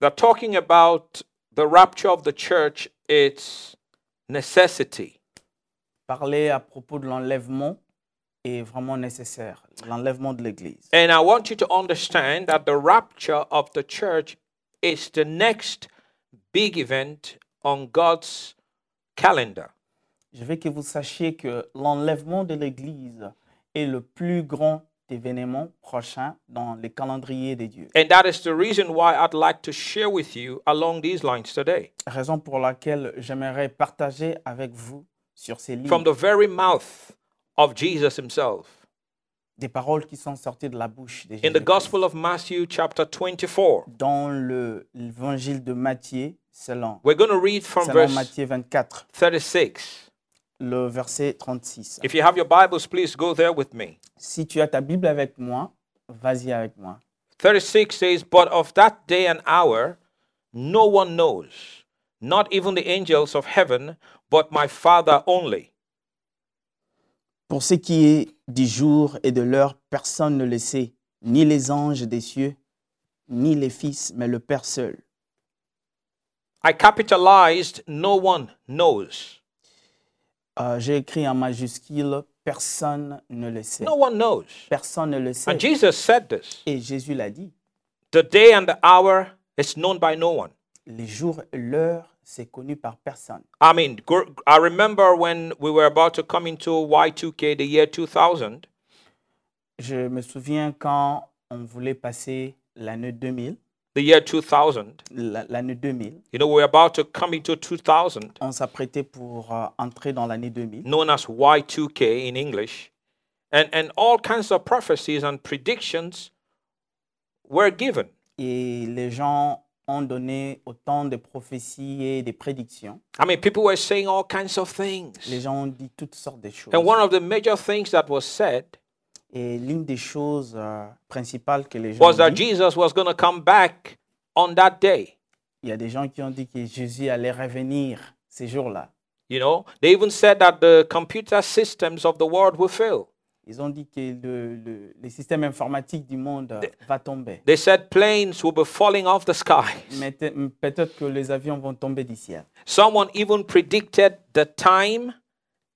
They're talking about the rapture of the church, its necessity. Parler à propos de l'enlèvement est vraiment nécessaire, l'enlèvement de l'Église. And I want you to understand that the rapture of the church is the next big event on God's calendar. Je veux que vous sachiez que l'enlèvement de l'Église est le plus grand événement prochain dans le calendrier des dieux. And that is the reason why I'd like to share with you along these lines today. Raison pour laquelle j'aimerais partager avec vous sur ces lignes From the very mouth of Jesus himself. des paroles qui sont sorties de la bouche des In the Gospel of Matthew, chapter 24, dans le- l'évangile de Matthieu, selon, we're going to read from selon verse Matthieu 24, 36. le verset 36. If you have your Bibles, please go there with me. Si tu as ta Bible avec moi, vas-y avec moi. 36 says, But of that day and hour no one knows, not even the angels of heaven, but my Father only. Pour ce qui est du jour et de l'heure, personne ne le sait, ni les anges des cieux, ni les fils, mais le Père seul. I capitalized, no one knows. Euh, J'ai écrit en majuscule, personne ne le sait. No one knows. Personne ne le sait. And Jesus said this Et Jésus l'a dit, the day and the hour is known by no one. les jours et l'heure, c'est connu par personne. I mean, gr- I remember when we were about to come into Y2K, the year 2000, Je me souviens quand on voulait passer l'année 2000, the year 2000, la- l'année 2000, you know, we were about to come into 2000, on s'apprêtait pour euh, entrer dans l'année 2000. known as Y2K in English, and, and all kinds of prophecies and predictions were given. Et les gens ont donné autant de prophéties et de prédictions. I mean, people were saying all kinds of Les things. gens ont dit toutes sortes de choses. And one of the major things that was said Et l'une des choses euh, principales que les gens was ont that dit, Jesus was going to come back on that day. il y a des gens qui ont dit que Jésus allait revenir ces jours-là. You know, they even said that the computer systems of the world will fail. Ils ont dit que le, le- les systèmes informatiques du monde euh, va tomber. They said planes will be falling off the skies. Mais te- Peut-être que les avions vont tomber du ciel. Someone even predicted the time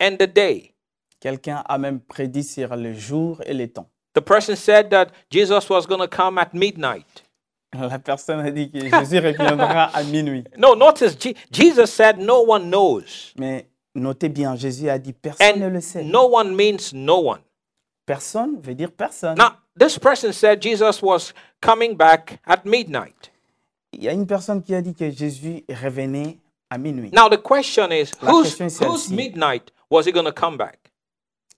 and the day. Quelqu'un a même prédit sur le jour et le temps. The person said that Jesus was going to come at midnight. La personne a dit que Jésus reviendra à minuit. No, notice Je- Jesus said no one knows. Mais notez bien, Jésus a dit personne ne le And sait. no one means no one. Personne veut dire personne. Now, this person said Jesus was coming back at midnight. Il y a une personne qui a dit que Jésus revenait à minuit. Now, the question is La whose, question est whose celle-ci. midnight was he going to come back?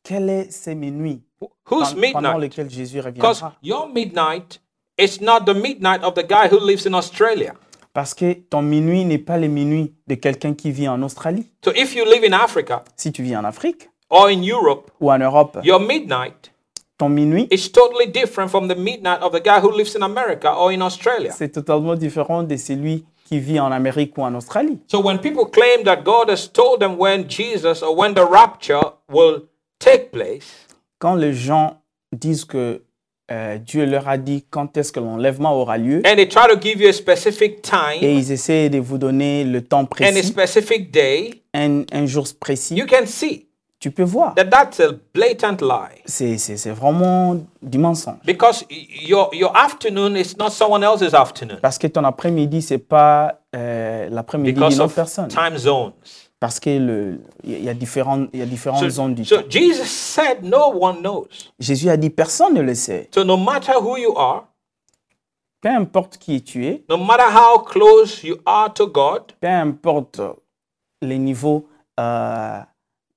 Quel est ce minuit Wh- Whose pen- pendant midnight? lequel Jésus Because reviendra your midnight is not the midnight of the guy who lives in Australia. Parce que ton minuit n'est pas le minuit de quelqu'un qui vit en Australie. So if you live in Africa Si tu vis en Afrique or in Europe, ou en Europe, your midnight ton minuit, is totally different from the midnight of the guy who lives in America or in Australia. c'est totalement différent de celui qui vit en Amérique ou en Australie. So when people claim that God has told them when Jesus or when the rapture will take place, Quand les gens disent que euh, Dieu leur a dit quand est-ce que l'enlèvement aura lieu, and they try to give you a specific et time ils essaient de vous donner le temps and a précis, specific day, un, un jour you précis, can see tu peux voir. that that's a blatant lie. C'est c'est- c'est vraiment hein. du mensonge. Because y- your, your afternoon is not someone else's afternoon Parce que ton après-midi, c'est pas euh, l'après-midi because d'une of autre personne. time zones. Parce que le- il y a- il y a différentes, il y a différentes zones So, du so temps. Jesus said, No one knows. Jésus a dit personne ne le sait. So no matter who you are, Peu importe qui tu es, no matter how close you are to God, peu importe les niveaux, euh,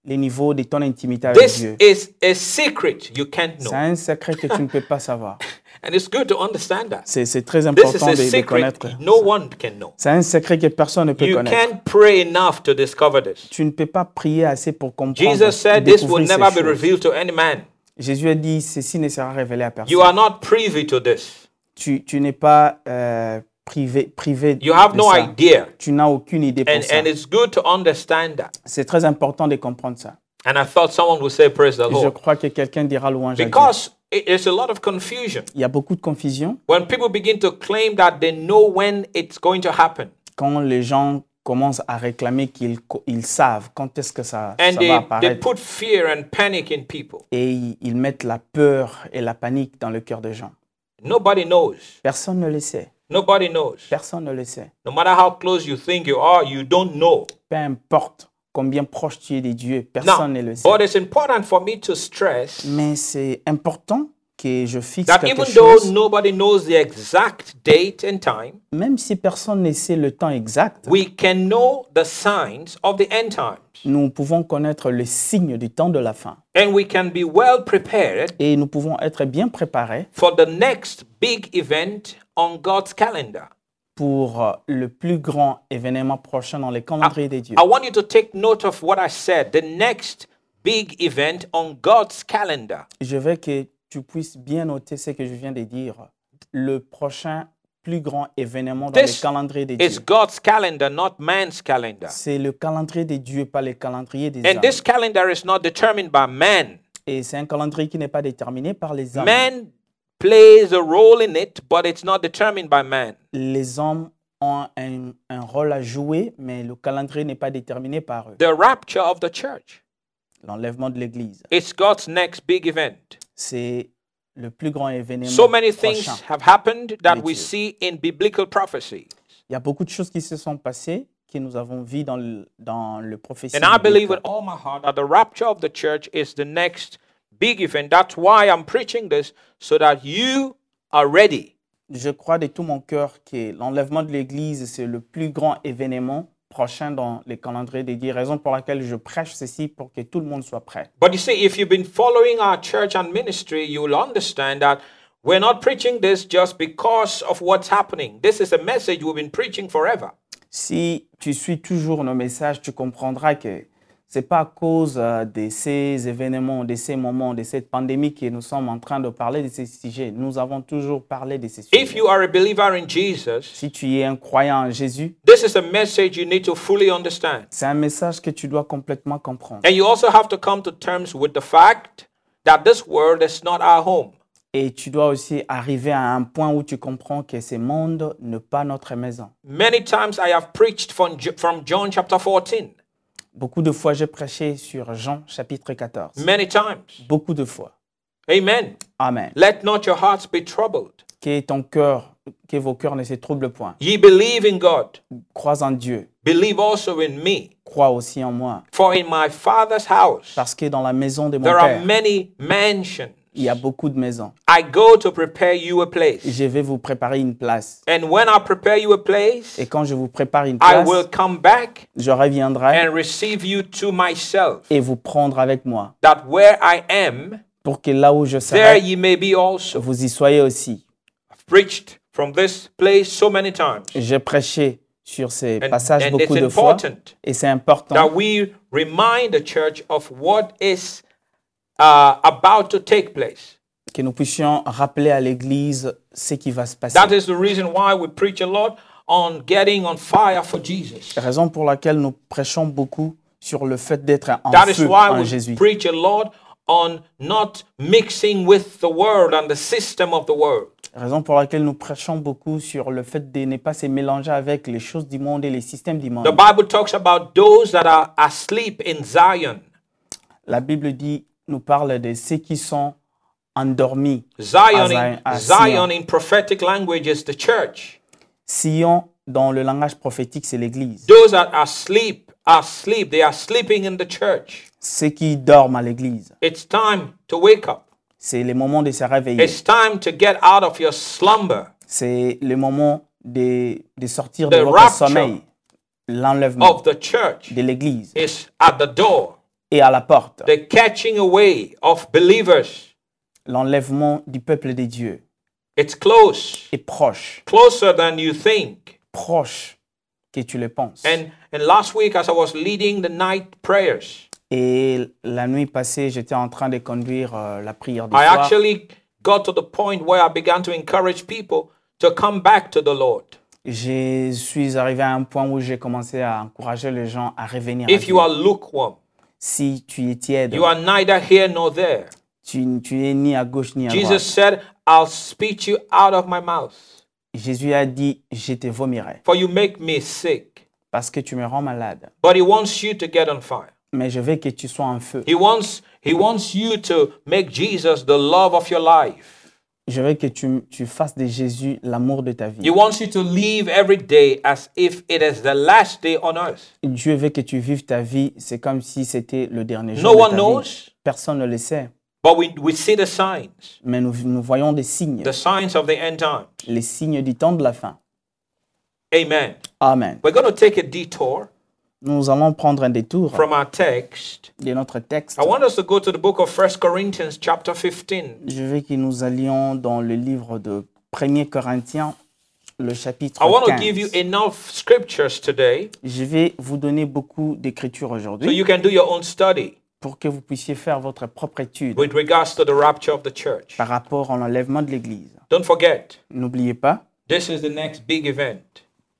les niveaux de ton intimité avec this Dieu. is a secret you can't C'est know. un secret que tu ne peux pas savoir. And it's good to understand that. C'est c'est très This is important a de, de secret connaître. no one can know. C'est un secret que personne ne peut You connaître. can't pray enough to discover this. Tu ne peux pas prier assez pour comprendre. Jesus said this will découvrir ces never be choses. revealed to any man. Jésus a dit ceci ne sera révélé à personne. You are not privy to this. tu, tu n'es pas euh, privé, privé You have de no ça. idea. Tu n'as aucune idée pour And, ça. and it's good to understand that. C'est très important de comprendre ça. And I thought someone would say, Praise the Et je Lord. crois que quelqu'un dira louange à Dieu. Because It- There's a lot of confusion. Il y a beaucoup de confusion When people begin to claim that they know when it's going to happen quand les gens commencent à réclamer qu'ils co- ils savent quand est-ce que ça, and ça va they, they apparaître. put fear and panic in people. Et ils ils mettent la peur et la panique dans le cœur des gens. Nobody knows. Personne ne le sait. Nobody knows. Personne ne le sait. No matter how close you think you are, you don't know. Peu importe combien proche tu es de Dieu, Now, personne ne le sait. but it's important for me to stress Mais c'est important que je fixe that quelque even though chose. nobody knows the exact date and time, Même si personne ne sait le temps exact, we can know the signs of the end times. nous pouvons connaître le signe du temps de la fin. And we can be well prepared Et nous pouvons être bien préparés for the next big event on God's calendar. pour euh, le plus grand événement prochain dans les calendriers de Dieu. I want you to take note of what I said the next big event on God's calendar. Je veux que tu puisses bien noter ce que je viens de dire. Le prochain plus grand événement dans This les calendriers de It's Dieu. God's calendar, not man's calendar. C'est le calendrier de Dieu, pas le calendrier des hommes. And this calendar is not determined by man. Et c'est un calendrier qui n'est pas déterminé par les hommes. Man plays a role in it, but it's not determined by man. Les hommes ont un, un rôle à jouer, mais le calendrier n'est pas déterminé par eux. The rapture of the church. L'enlèvement de l'Église, It's God's next big event. c'est le plus grand événement So many things prochain. have happened that we Thank you. see in biblical prophecy. Il y a beaucoup de choses qui se sont passées, que nous avons vues dans le, dans le prophétie. And I biblique. believe with all my heart that the rapture of the church is the next big event. That's why I'm preaching this so that you are ready. Je crois de tout mon cœur que l'enlèvement de l'Église, c'est le plus grand événement prochain dans les calendriers de Dieu, raison pour laquelle je prêche ceci pour que tout le monde soit prêt. But you see, if you've been following our church and ministry, you'll understand that we're not preaching this just because of what's happening. This is a message we've been preaching forever. Si tu suis toujours nos messages, tu comprendras que ce n'est pas à cause euh, de ces événements, de ces moments, de cette pandémie que nous sommes en train de parler de ces sujets. Nous avons toujours parlé de ces If sujets. you are a believer in Jesus, Si tu es un croyant en Jésus, this is a message you need to fully understand. c'est un message que tu dois complètement comprendre. And you also have to come to terms with the fact that this world is not our home. Et tu dois aussi arriver à un point où tu comprends que ce monde n'est pas notre maison. Many times I have preached from, Jo- from John chapter 14. Beaucoup de fois, j'ai prêché sur Jean chapitre 14. Many times. Beaucoup de fois. Amen. Amen. Let not your hearts be troubled. Que ton cœur, que vos cœurs ne se troublent point. Ye believe in God, Crois en Dieu. believe also in me. Crois aussi en moi. For in my Father's house Parce que dans la maison de mon there are père, many mansions. il y a beaucoup de maisons. I go to prepare you a place. Je vais vous préparer une place. And when I prepare you a place, Et quand je vous prépare une I place, will come back je reviendrai and receive you to myself, et vous prendre avec moi. that where I am, Pour que là où je there serai, ye may be also. vous y soyez aussi. I've preached from this place so many times. J'ai prêché sur ces And, passages and it's beaucoup de fois. important Et c'est important that we remind the church of what is uh, about to take place. que nous puissions rappeler à l'Église ce qui va se passer. That is the reason why we preach a lot on getting on fire for Jesus. Raison pour laquelle nous prêchons beaucoup sur le fait d'être en That is feu why en we Jésus. preach a lot on not mixing with the world and the system of the world. Raison pour laquelle nous prêchons beaucoup sur le fait de ne pas se mélanger avec les choses du monde et les systèmes du monde. The Bible talks about those that are asleep in Zion. La Bible dit, nous parle de ceux qui sont endormis. à Zion, Zion, in, à Zion Sion. in prophetic language is the church. Sion, dans le langage prophétique, c'est l'Église. Those that are asleep are asleep. They are sleeping in the church. Ceux qui dorment à l'Église, It's time to wake up. c'est le moment de se réveiller. It's time to get out of your slumber C'est le moment de, de sortir The de votre rapture Oh. sommeil. L'enlèvement of the church. de l'Église Is at the door. et à la porte. The catching away of believers. L'enlèvement du peuple de Dieu It's close, est proche, closer than you think. proche que tu le penses. And and last week, as I was leading the night prayers, Et la nuit passée, j'étais en train de conduire euh, la prière du I soir. actually got to the point where I began to encourage people to come back to the Lord. Je suis arrivé à un point où j'ai commencé à encourager les gens à revenir à If Dieu. you are lukewarm, Si tu es tiède, you are neither here nor there. Tu, tu es ni à gauche ni à Jesus droite. said, I'll spit you out of my mouth, Jésus a dit, je te vomirai for you make me sick. parce que tu me rends malade. But he wants you to get on fire. Mais je veux que tu sois en feu. He wants, he wants you to make Jesus the love of your life. Je veux que tu, tu fasses de Jésus l'amour de ta He vie. wants you to live every day as if it is the last day on earth. Dieu veut que tu vives ta vie, c'est comme si c'était le dernier jour No de one ta vie. knows, Personne ne le sait, but we, we see the signs, mais nous, nous voyons des signes, the signs of the end times. les signes du temps de la fin. Amen. Amen. We're going to take a detour Nous allons prendre un détour from our text. de notre texte. I want us to go to the book of 1 Corinthians, chapter 15. Je veux que nous allions dans le livre de 1 Corinthiens, le chapitre I want to give you 15. enough scriptures today Je vais vous donner beaucoup d'écritures so aujourd'hui you can do your own study pour que vous puissiez faire votre propre étude with regards to the rapture of the church. par rapport à l'enlèvement de l'Église. Don't forget, N'oubliez pas, this is the next big event,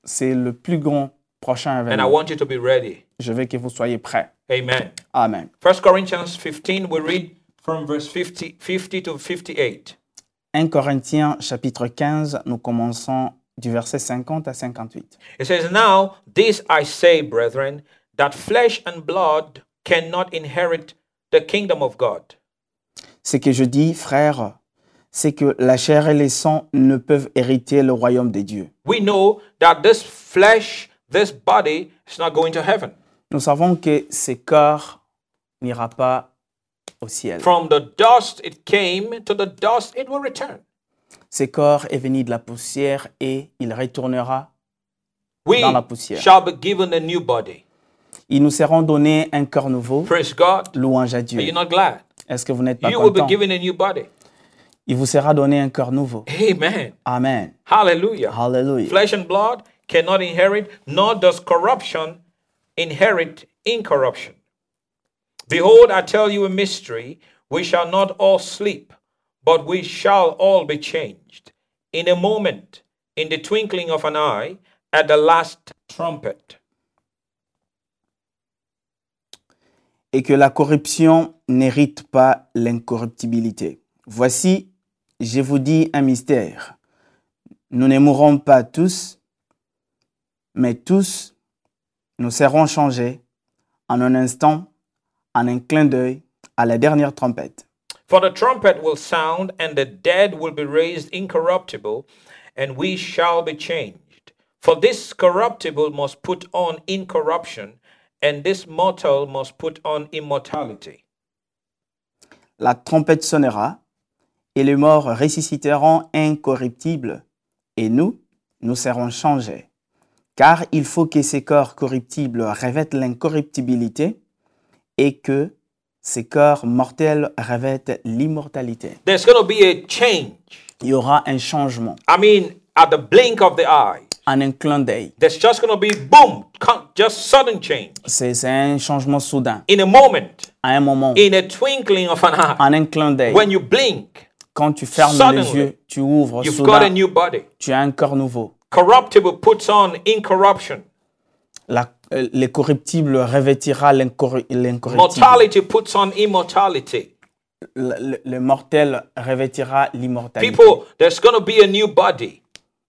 c'est le plus grand prochain and I événement. want you to be ready. Je veux que vous soyez prêts. Amen. Amen. 1 Corinthians 15, we read from verse 50, 50 to 58. 1 Corinthiens chapitre 15, nous commençons du verset 50 à 58. It says, Now this I say, brethren, that flesh and blood cannot inherit the kingdom of God. Ce que je dis, frères, c'est que la chair et les sangs ne peuvent hériter le royaume des dieux. We know that this flesh, this body, is not going to heaven. Nous savons que ce corps n'ira pas au ciel. From the dust it came, to the dust it will return. Ce corps est venu de la poussière et il retournera. We Dans la poussière. shall be given a new body. Ils nous seront donnés un corps nouveau. Praise God. Louange à Are you Dieu. not glad? Est-ce que vous n'êtes pas You will be content? given a new body. Il vous sera donné un corps nouveau. Amen. Amen. Hallelujah. Hallelujah. Flesh and blood cannot inherit, nor does corruption inherit incorruption. Behold, I tell you a mystery. We shall not all sleep, but we shall all be changed. In a moment, in the twinkling of an eye, at the last trumpet. et que la corruption n'hérite pas l'incorruptibilité. Voici, je vous dis un mystère. Nous ne mourrons pas tous, mais tous, nous serons changés en un instant, en un clin d'œil, à la dernière trompette. For the trumpet will sound, and the dead will be raised incorruptible, and we shall be changed. For this corruptible must put on incorruption, and this mortal must put on immortality. La trompette sonnera, et les morts ressusciteront incorruptibles, et nous, nous serons changés. Car il faut que ces corps corruptibles revêtent l'incorruptibilité, et que ces corps mortels revêtent l'immortalité. There's going to be a change. Il y aura un changement, I mean, at the blink of the eye, en un clin d'œil. there's just going to be boom, con- just sudden change. C'est c'est un changement soudain, In a moment, à un moment, in a twinkling of an eye, en un clin d'œil. when you blink, Quand tu fermes les Suddenly, yeux, tu ouvres you've got a soudain, new body. tu as un corps nouveau. Corruptible puts on incorruption. La, euh, les corruptibles revêtira l'incorru- l'incorruptible. Mortality puts on immortality. Le, le- le mortel revêtira l'immortalité. People, there's going to be a new body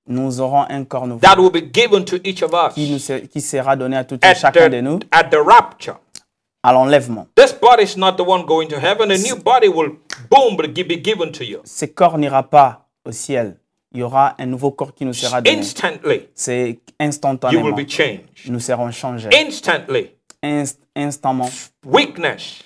Nous aurons un corps nouveau that will be given to each of us qui, nous se- qui sera donné à tout un at chacun de nous the, at the rapture. à l'enlèvement. This body is not the one going to heaven. A new body will, boom, be gi- be given to you Ce corps n'ira pas au ciel. Il y aura un nouveau corps qui nous sera donné. instantly. C'est You instantanément. will be changed Nous serons changés. instantly. Inst- instantanément. Weakness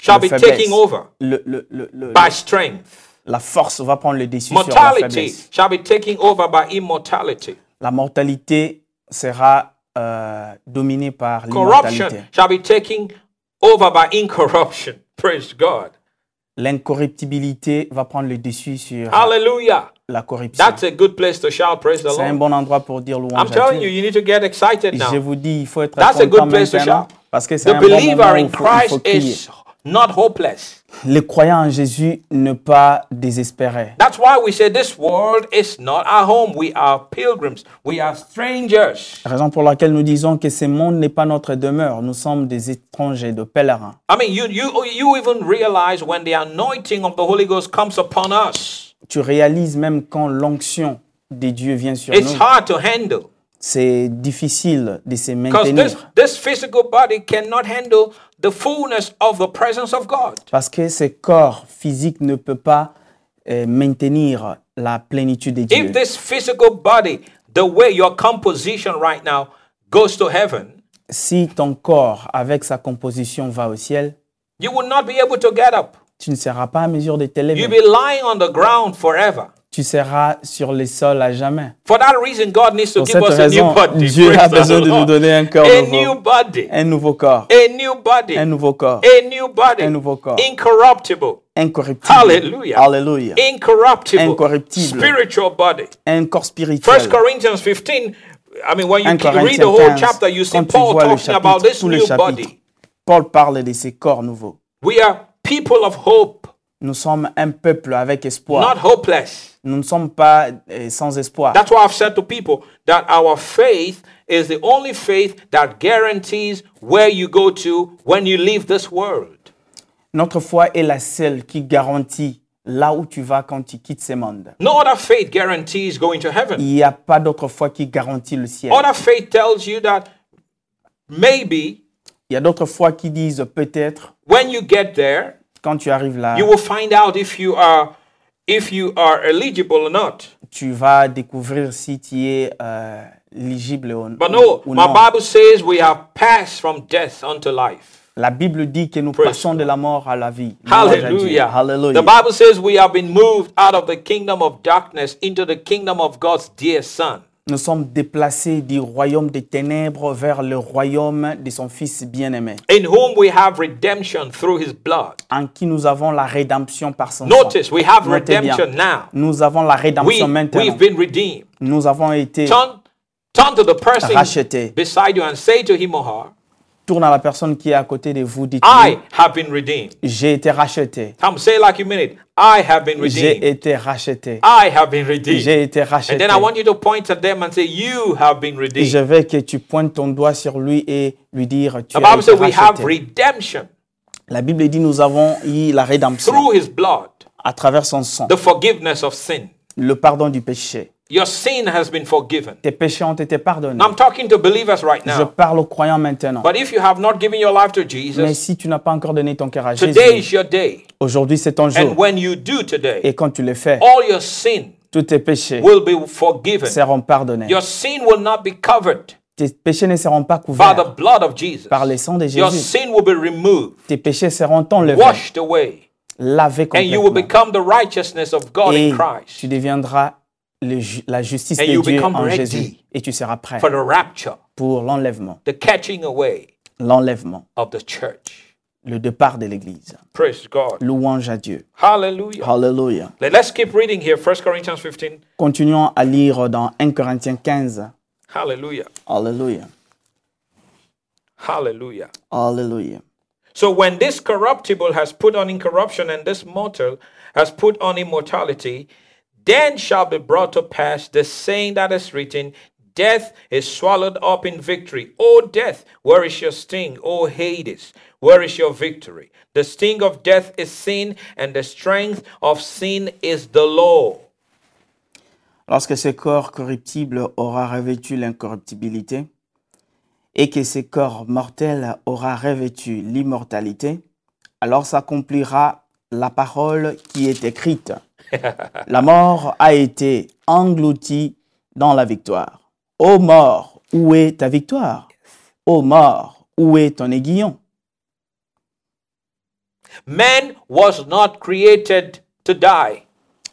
shall La be faiblesse. taking over Le- le- le- le- by strength. la force va prendre le dessus sur la Mortality faiblesse. shall be taking over by immortality. La mortalité sera euh, dominée par l'immortalité. Corruption shall be taking over by incorruption. Praise God. L'incorruptibilité va prendre le dessus sur Hallelujah. la corruption. Ah, That's a good place to shout. Praise the C'est un Lord. bon endroit pour dire I'm louange à telling you, Dieu. you need to get excited Je now. vous dis, il faut être That's a content good place to maintenant shout. parce que c'est The un bon moment believer où il in faut, il faut Christ crier. is not hopeless. Les croyants en Jésus ne pas désespérer. That's why we say this world is not our home. We are pilgrims, we are strangers. Raison pour laquelle nous disons que ce monde n'est pas notre demeure. Nous sommes des étrangers, de pèlerins. I mean, you, you, you even realize when the anointing of the Holy Ghost comes upon us, Tu réalises même quand l'onction des dieux vient sur it's nous. hard to handle. C'est difficile de se Because this, maintenir. this physical body cannot handle the fullness of the presence of God. Parce que ce corps physique ne peut pas euh, maintenir la plénitude des dieux. If this physical body, the way your composition right now goes to heaven, Si ton corps, avec sa composition, va au ciel, you will not be able to get up. tu ne seras pas à mesure de You'll t'élever. be lying on the ground forever. Tu seras sur le sol à jamais. For that reason, God needs to Pour give cette us a new raison, body. Dieu Praise a the besoin de nous Lord. donner un corps A nouveau. new body. Un nouveau corps. A new body. Un nouveau corps. A new body. Un nouveau corps. Incorruptible. Incorruptible. Hallelujah. Alléluia. Incorruptible. Incorruptible. Spiritual body. Un corps spirituel. First Corinthians 15. I mean, when you 1 read Corinthiens the whole 15, chapter, you see quand tu Paul vois le talking about chapitre, this tout le new chapitre, body. Paul parle de ces corps nouveaux. We are people of hope, Nous sommes un peuple avec not espoir. hopeless. Nous ne sommes pas euh, sans espoir. That's why I've said to people that our faith is the only faith that guarantees where you go to when you leave this world. Notre foi est la seule qui garantit là où tu vas quand tu quittes ce monde. No other faith guarantees going to heaven. Il n'y a pas d'autre foi qui garantit le ciel. Other faith tells you that maybe Il y a d'autres foi qui disent peut-être when you get there, quand tu arrives là, you will find out if you are if you are eligible or not. tu vas découvrir si tu es euh, éligible ou, But no, ou my non. Bible says we are passed from death unto life. La Bible dit que nous Praise passons de la mort à la vie. Louange à Dieu. Hallelujah. Hallelujah. The Bible says we have been moved out of the kingdom of darkness into the kingdom of God's dear Son. Nous sommes déplacés du royaume des ténèbres vers le royaume de son Fils bien-aimé, In whom we have redemption through his blood. en qui nous avons la rédemption par son sang. Notice we have Notez bien, redemption now. Nous avons la We, rédemption maintenant. we've been redeemed. Nous avons été Turn, turn to the person rachetés. beside you and say to him or her, Tourne à la personne qui est à côté de vous, dites I have been redeemed. J'ai été racheté. Come, say like you mean it. I have been J'ai redeemed. été racheté. I have been redeemed. J'ai été And racheté. then I want you to point at them and say, You have been Et redeemed. je veux que tu pointes ton doigt sur lui et lui dire Tu The as Bible été says we have racheté. redemption La Bible dit Nous avons eu la rédemption through his blood, à travers son sang, the forgiveness of sin. le pardon du péché. Your sin has been forgiven. Tes péchés ont été pardonnés. Now, I'm talking to believers right Je now. parle aux croyants maintenant. But if you have not given your life to Mais Jesus, si tu n'as pas encore donné ton cœur à today Jésus, is your day. aujourd'hui c'est ton And Oh, jour. when you do today, Et quand tu le fais, all your sin tous tes péchés will be forgiven. seront pardonnés. Your sin will not be covered Tes péchés ne seront pas by the couverts blood of Jesus. par le sang de Your Jésus. sin will be removed, Tes péchés seront enlevés, washed away, lavés and you will become complètement. the righteousness of God Et in Christ tu deviendras le ju- la justice And de you Dieu become en ready. Jésus. Et tu seras prêt for the rapture, pour l'enlèvement. the catching away L'enlèvement, of the church. le départ de l'Église. Praise God. Louange à Dieu. Hallelujah. Hallelujah. Let- Let's keep reading here. 1 Corinthians 15. Continuons à lire dans 1 Corinthiens 15. Hallelujah. Alléluia. Hallelujah. Alléluia. So when this corruptible has put on incorruption and this mortal has put on immortality, then shall be brought to pass the saying that is written, Death is swallowed up in victory. O death, where is your sting? O Hades, where is your victory? The sting of death is sin, and the strength of sin is the law. Lorsque ce corps corruptible aura revêtu l'incorruptibilité, et que ce corps mortel aura revêtu l'immortalité, alors s'accomplira la parole qui est écrite. La mort a été engloutie dans la victoire. Ô mort, où est ta victoire Ô mort, où est ton aiguillon Man was not created to die.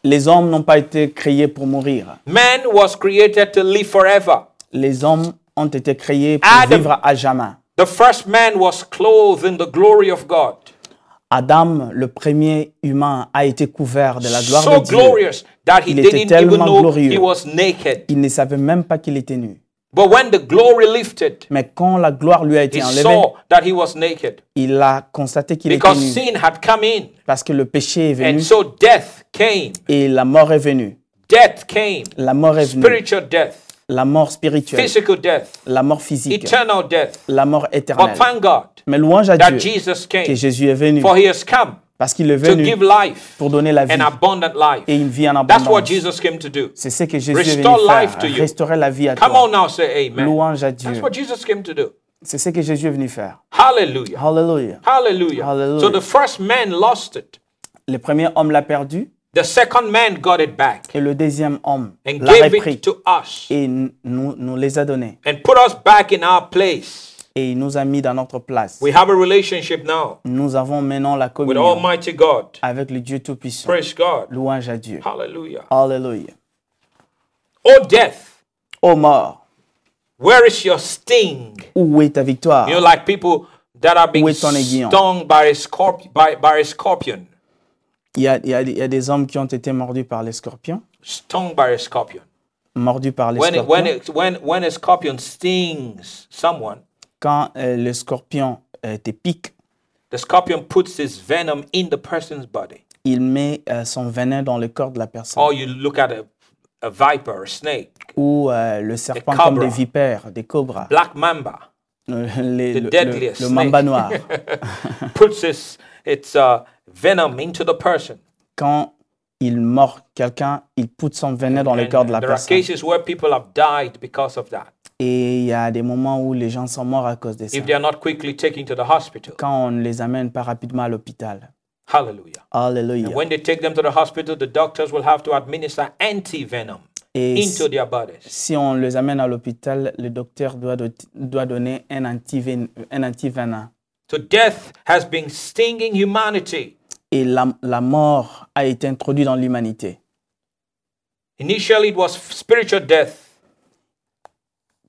Les hommes n'ont pas été créés pour mourir. Man was created to live forever. Les hommes ont été créés pour Adam. vivre à jamais. The first man was clothed in the glory of God. Adam, le premier humain, a été couvert de la gloire So de Dieu. glorious that he Il était didn't even tellement know glorieux. he was naked. Il ne savait même pas qu'il était nu. But when the glory lifted, Mais quand la gloire lui a été he enlevée, saw that he was naked il a constaté qu'il était because nu. sin had come in. Parce que le péché est venu And so death came. et la mort est venue. Death came. La mort est venue. Spiritual death, La mort spirituelle, physical death, la mort physique, eternal death. la mort But éternelle. thank God Mais louange à that Dieu Jesus que came, Jésus est venu. for he has come Parce qu'il est to venu give life, pour donner la vie an abundant life. et une vie en That's what abondance. Jesus came to do. C'est ce que Jésus est venu Restore life faire. to you. Restaurer la vie à Come toi. on now, say amen. Louange à That's Dieu. what Jesus came to do. C'est ce que Jésus est venu faire. Hallelujah. Hallelujah. Hallelujah. Hallelujah. So the first man lost it. Le premier homme l'a perdu The second man got it back et le deuxième homme and l'a gave repris it to us et n- nous, nous les a donnés and put us back in our place. et il nous a mis dans notre place. We have a relationship now Nous avons maintenant la with communion Almighty God. avec le Dieu Tout-Puissant. Praise God. Louange à Dieu. Hallelujah. Hallelujah. Oh, death, Ô mort, where is your sting? où est ta victoire You know, like people that are being Où est ton aiguillon? stung by a, scorp- by, by a scorpion. il y, a, il y a- il y a des hommes qui ont été mordus par les scorpions. Stung by a scorpion. Mordus par les When, it, when, scorpions. it, when, when a scorpion stings someone, Quand euh, le scorpion euh, te pique, the scorpion puts his venom in the person's body. il met euh, son venin dans le corps de la personne. Or you look at a, a viper, a snake, Ou euh, le serpent cobra. comme des vipères, des cobras. black mamba, Euh, les- The le, deadliest le- le snake. mamba noir. puts his, its uh, venom into the person. Quand il mord quelqu'un, il pousse son venin dans le And corps de la there are personne. cases where people have died because of that. Et il y a des moments où les gens sont morts à cause de ça. If they are not quickly taken to the hospital. Quand on ne les amène pas rapidement à l'hôpital. Hallelujah. Alléluia. When they take them to the hospital, the doctors will have to administer anti venom Et into their bodies. si on les amène à l'hôpital, le docteur doit, do- doit donner un antiven- un antivenin. So death has been stinging humanity. Et la, la mort a été introduite dans l'humanité. Initially, it was spiritual death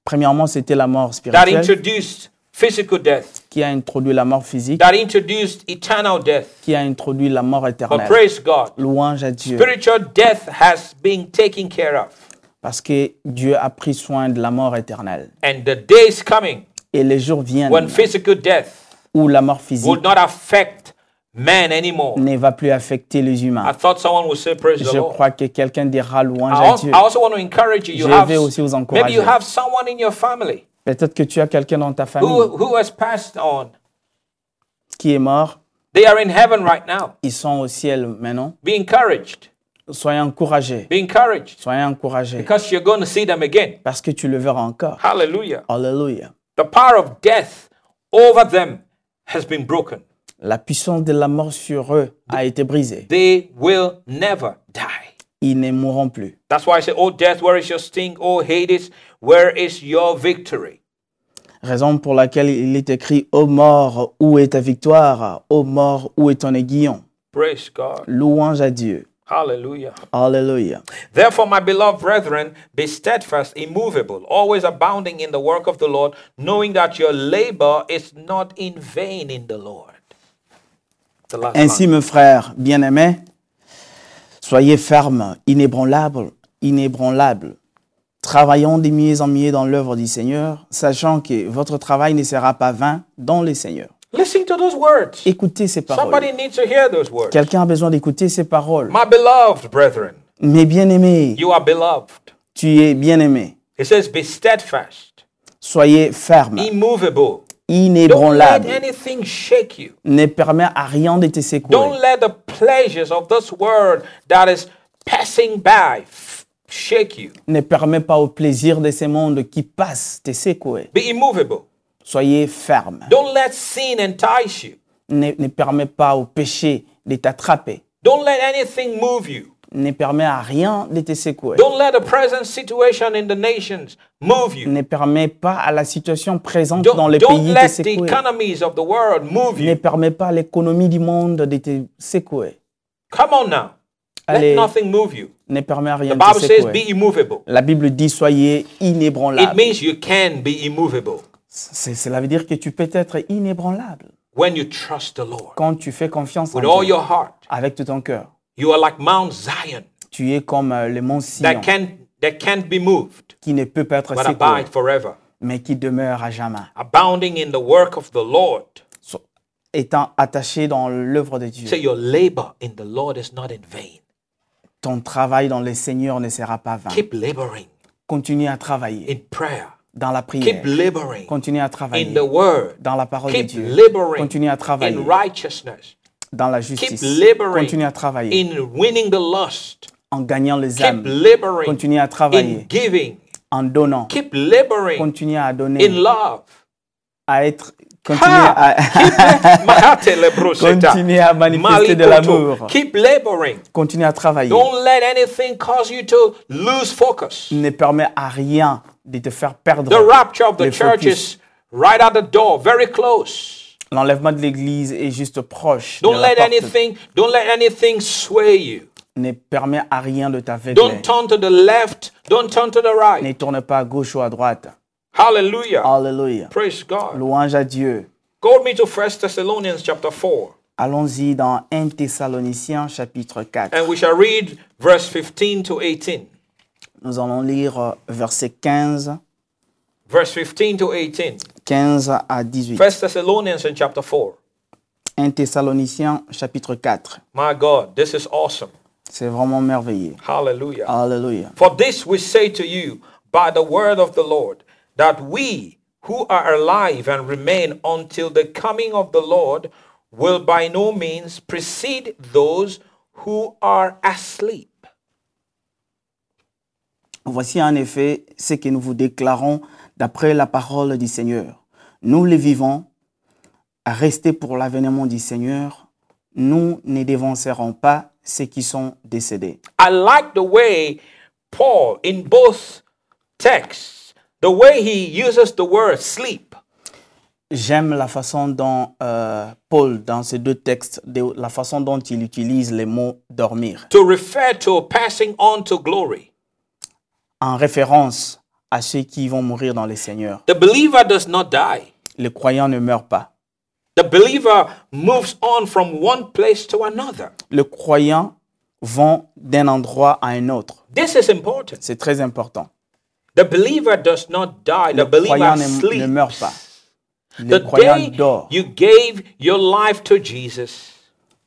Premièrement, c'était la mort that spirituelle introduced physical death, qui a introduit la mort physique, that introduced eternal death. qui a introduit la mort But éternelle. praise God, Louange à Dieu. spiritual death has been taken care of. Parce que Dieu a pris soin de la mort éternelle. And the day is coming Et les jours viennent when physical death où la mort physique would not affect man anymore. ne va plus affecter les I humains. thought someone would say, Praise the Mm. Je Lord. crois que quelqu'un dira louange I à also, Dieu. I also want to encourage you. You Je have vais aussi vous maybe you encourager. have someone in your family Peut-être que tu as quelqu'un dans ta famille who, who has passed on. qui est mort. They are in heaven right now. Ils sont au ciel maintenant. Be encouraged. Soyez encouragés. Be encouraged Soyez encouragés. because you're going to see them again. Parce que tu le verras encore. Hallelujah. Alléluia. The power of death over them has been broken. La puissance de la mort sur eux a été brisée. They will never die. Ils ne mourront plus. That's why I say, Oh, death, where is your sting? Oh, Hades, where is your victory? Raison pour laquelle il est écrit Ô mort, où est ta victoire Ô mort, où est ton aiguillon Praise God. Louange à Dieu. Hallelujah. Alléluia. Therefore, my beloved brethren, be steadfast, immovable, always abounding in the work of the Lord, knowing that your labor is not in vain in the Lord. The last Ainsi, line. mes frères bien-aimés, soyez fermes, inébranlables, inébranlables. Travaillons de mieux en mieux dans l'œuvre du Seigneur, sachant que votre travail ne sera pas vain dans le Seigneur. Listen to those words. Écoutez ces paroles. Somebody needs to hear those words. Quelqu'un a besoin d'écouter ces paroles. My beloved brethren, Mes bien-aimés, you are beloved. tu es bien-aimé. It says, be steadfast, Soyez fermes, immovable. Don't let inébranlables. anything shake you. Ne permet à rien de te Don't secouer. let the pleasures of this world that is passing by f- shake you. Ne permet pas au plaisir de ce monde qui passe te secouer. Be immovable. Soyez fermes. Don't let sin entice you. ne, ne permet pas au péché de t'attraper, Don't let anything move you. ne permet à rien de te secouer, Don't let the present situation in the nations move you. ne permet pas à la situation présente dans Don't, les don't pays de let the secouer, economies of the world move ne you. permet pas à l'économie du monde de te secouer, Come on now. Let Allez. nothing move you. ne permet à rien The de te Bible says secouer. be immovable. La Bible dit soyez It inébranlables. means you can be immovable C'est- Cela veut dire que tu peux être inébranlable when you trust the Lord quand tu fais confiance en with all Dieu your heart. avec tout ton cœur. You are like Mount Zion Tu es comme euh, le mont Sion that can that can't be moved, qui ne peut pas être but secoué, abide forever, mais qui demeure à jamais, abounding in the work of the Lord. So- étant attaché dans l'œuvre de Say, Dieu. your labor in the Lord is not in vain. Ton travail dans le Seigneur ne sera pas vain. Keep laboring Continue à travailler in prayer, dans la keep prière. laboring Continue à in travailler the word, dans la parole de keep Dieu. Continue à laboring travailler in righteousness, dans la keep justice. Continue à laboring travailler in winning the lost, en gagnant les keep âmes. laboring Continue à in travailler giving, en donnant. keep laboring Continue à in donner, love. à être. Continue Ha! à, Keep mahate lebroseta. Continue à manifester de Malikoto. l'amour. Keep laboring. continue à travailler. Don't let anything cause you to lose focus. Ne permet à rien de te faire The perdre. rapture of the Le church focus. is right at the door, very close. L'enlèvement de l'Église est juste proche. de Don't la let porte. anything, don't let anything sway you. Ne permet à rien de t'aveugler. Don't turn to the left, don't turn to the Ne right. tourne pas à gauche ou à droite. Ah. Hallelujah. Alléluia. Praise God. Louange à Dieu. Go with me to 1 Thessalonians chapter 4, Allons-y dans 1 Thessaloniciens chapitre 4. and we shall read verse 15 to 18. Nous allons lire euh, versets 15, Verse 15 to 18. 15 à 18. 1 Thessalonians in chapter 4. 1 Thessaloniciens chapitre 4. My God, this is awesome. C'est vraiment merveilleux. Hallelujah. Alléluia. For this we say to you by the word of the Lord, that we who are alive and remain until the coming of the Lord will by no means precede those who are asleep. Voici en effet ce que nous vous déclarons d'après la parole du Seigneur. Nous les vivants, restés pour l'avènement du Seigneur, nous ne dévancerons pas ceux qui sont décédés. I like the way Paul in both texts, the way he uses the word sleep. J'aime la façon dont euh, Paul, dans ces deux textes, de- la façon dont il utilise les mots dormir To refer to passing on to glory. en référence à ceux qui vont mourir dans le Seigneur. The believer does not die. Les croyants ne meurent pas. The believer moves on from one place to another. Les croyants vont d'un endroit à un autre. This is important. C'est très important. The believer does not die. The Le croyant believer ne, ne meurt pas. sleeps. Le The croyant day dort. you gave your life to Jesus,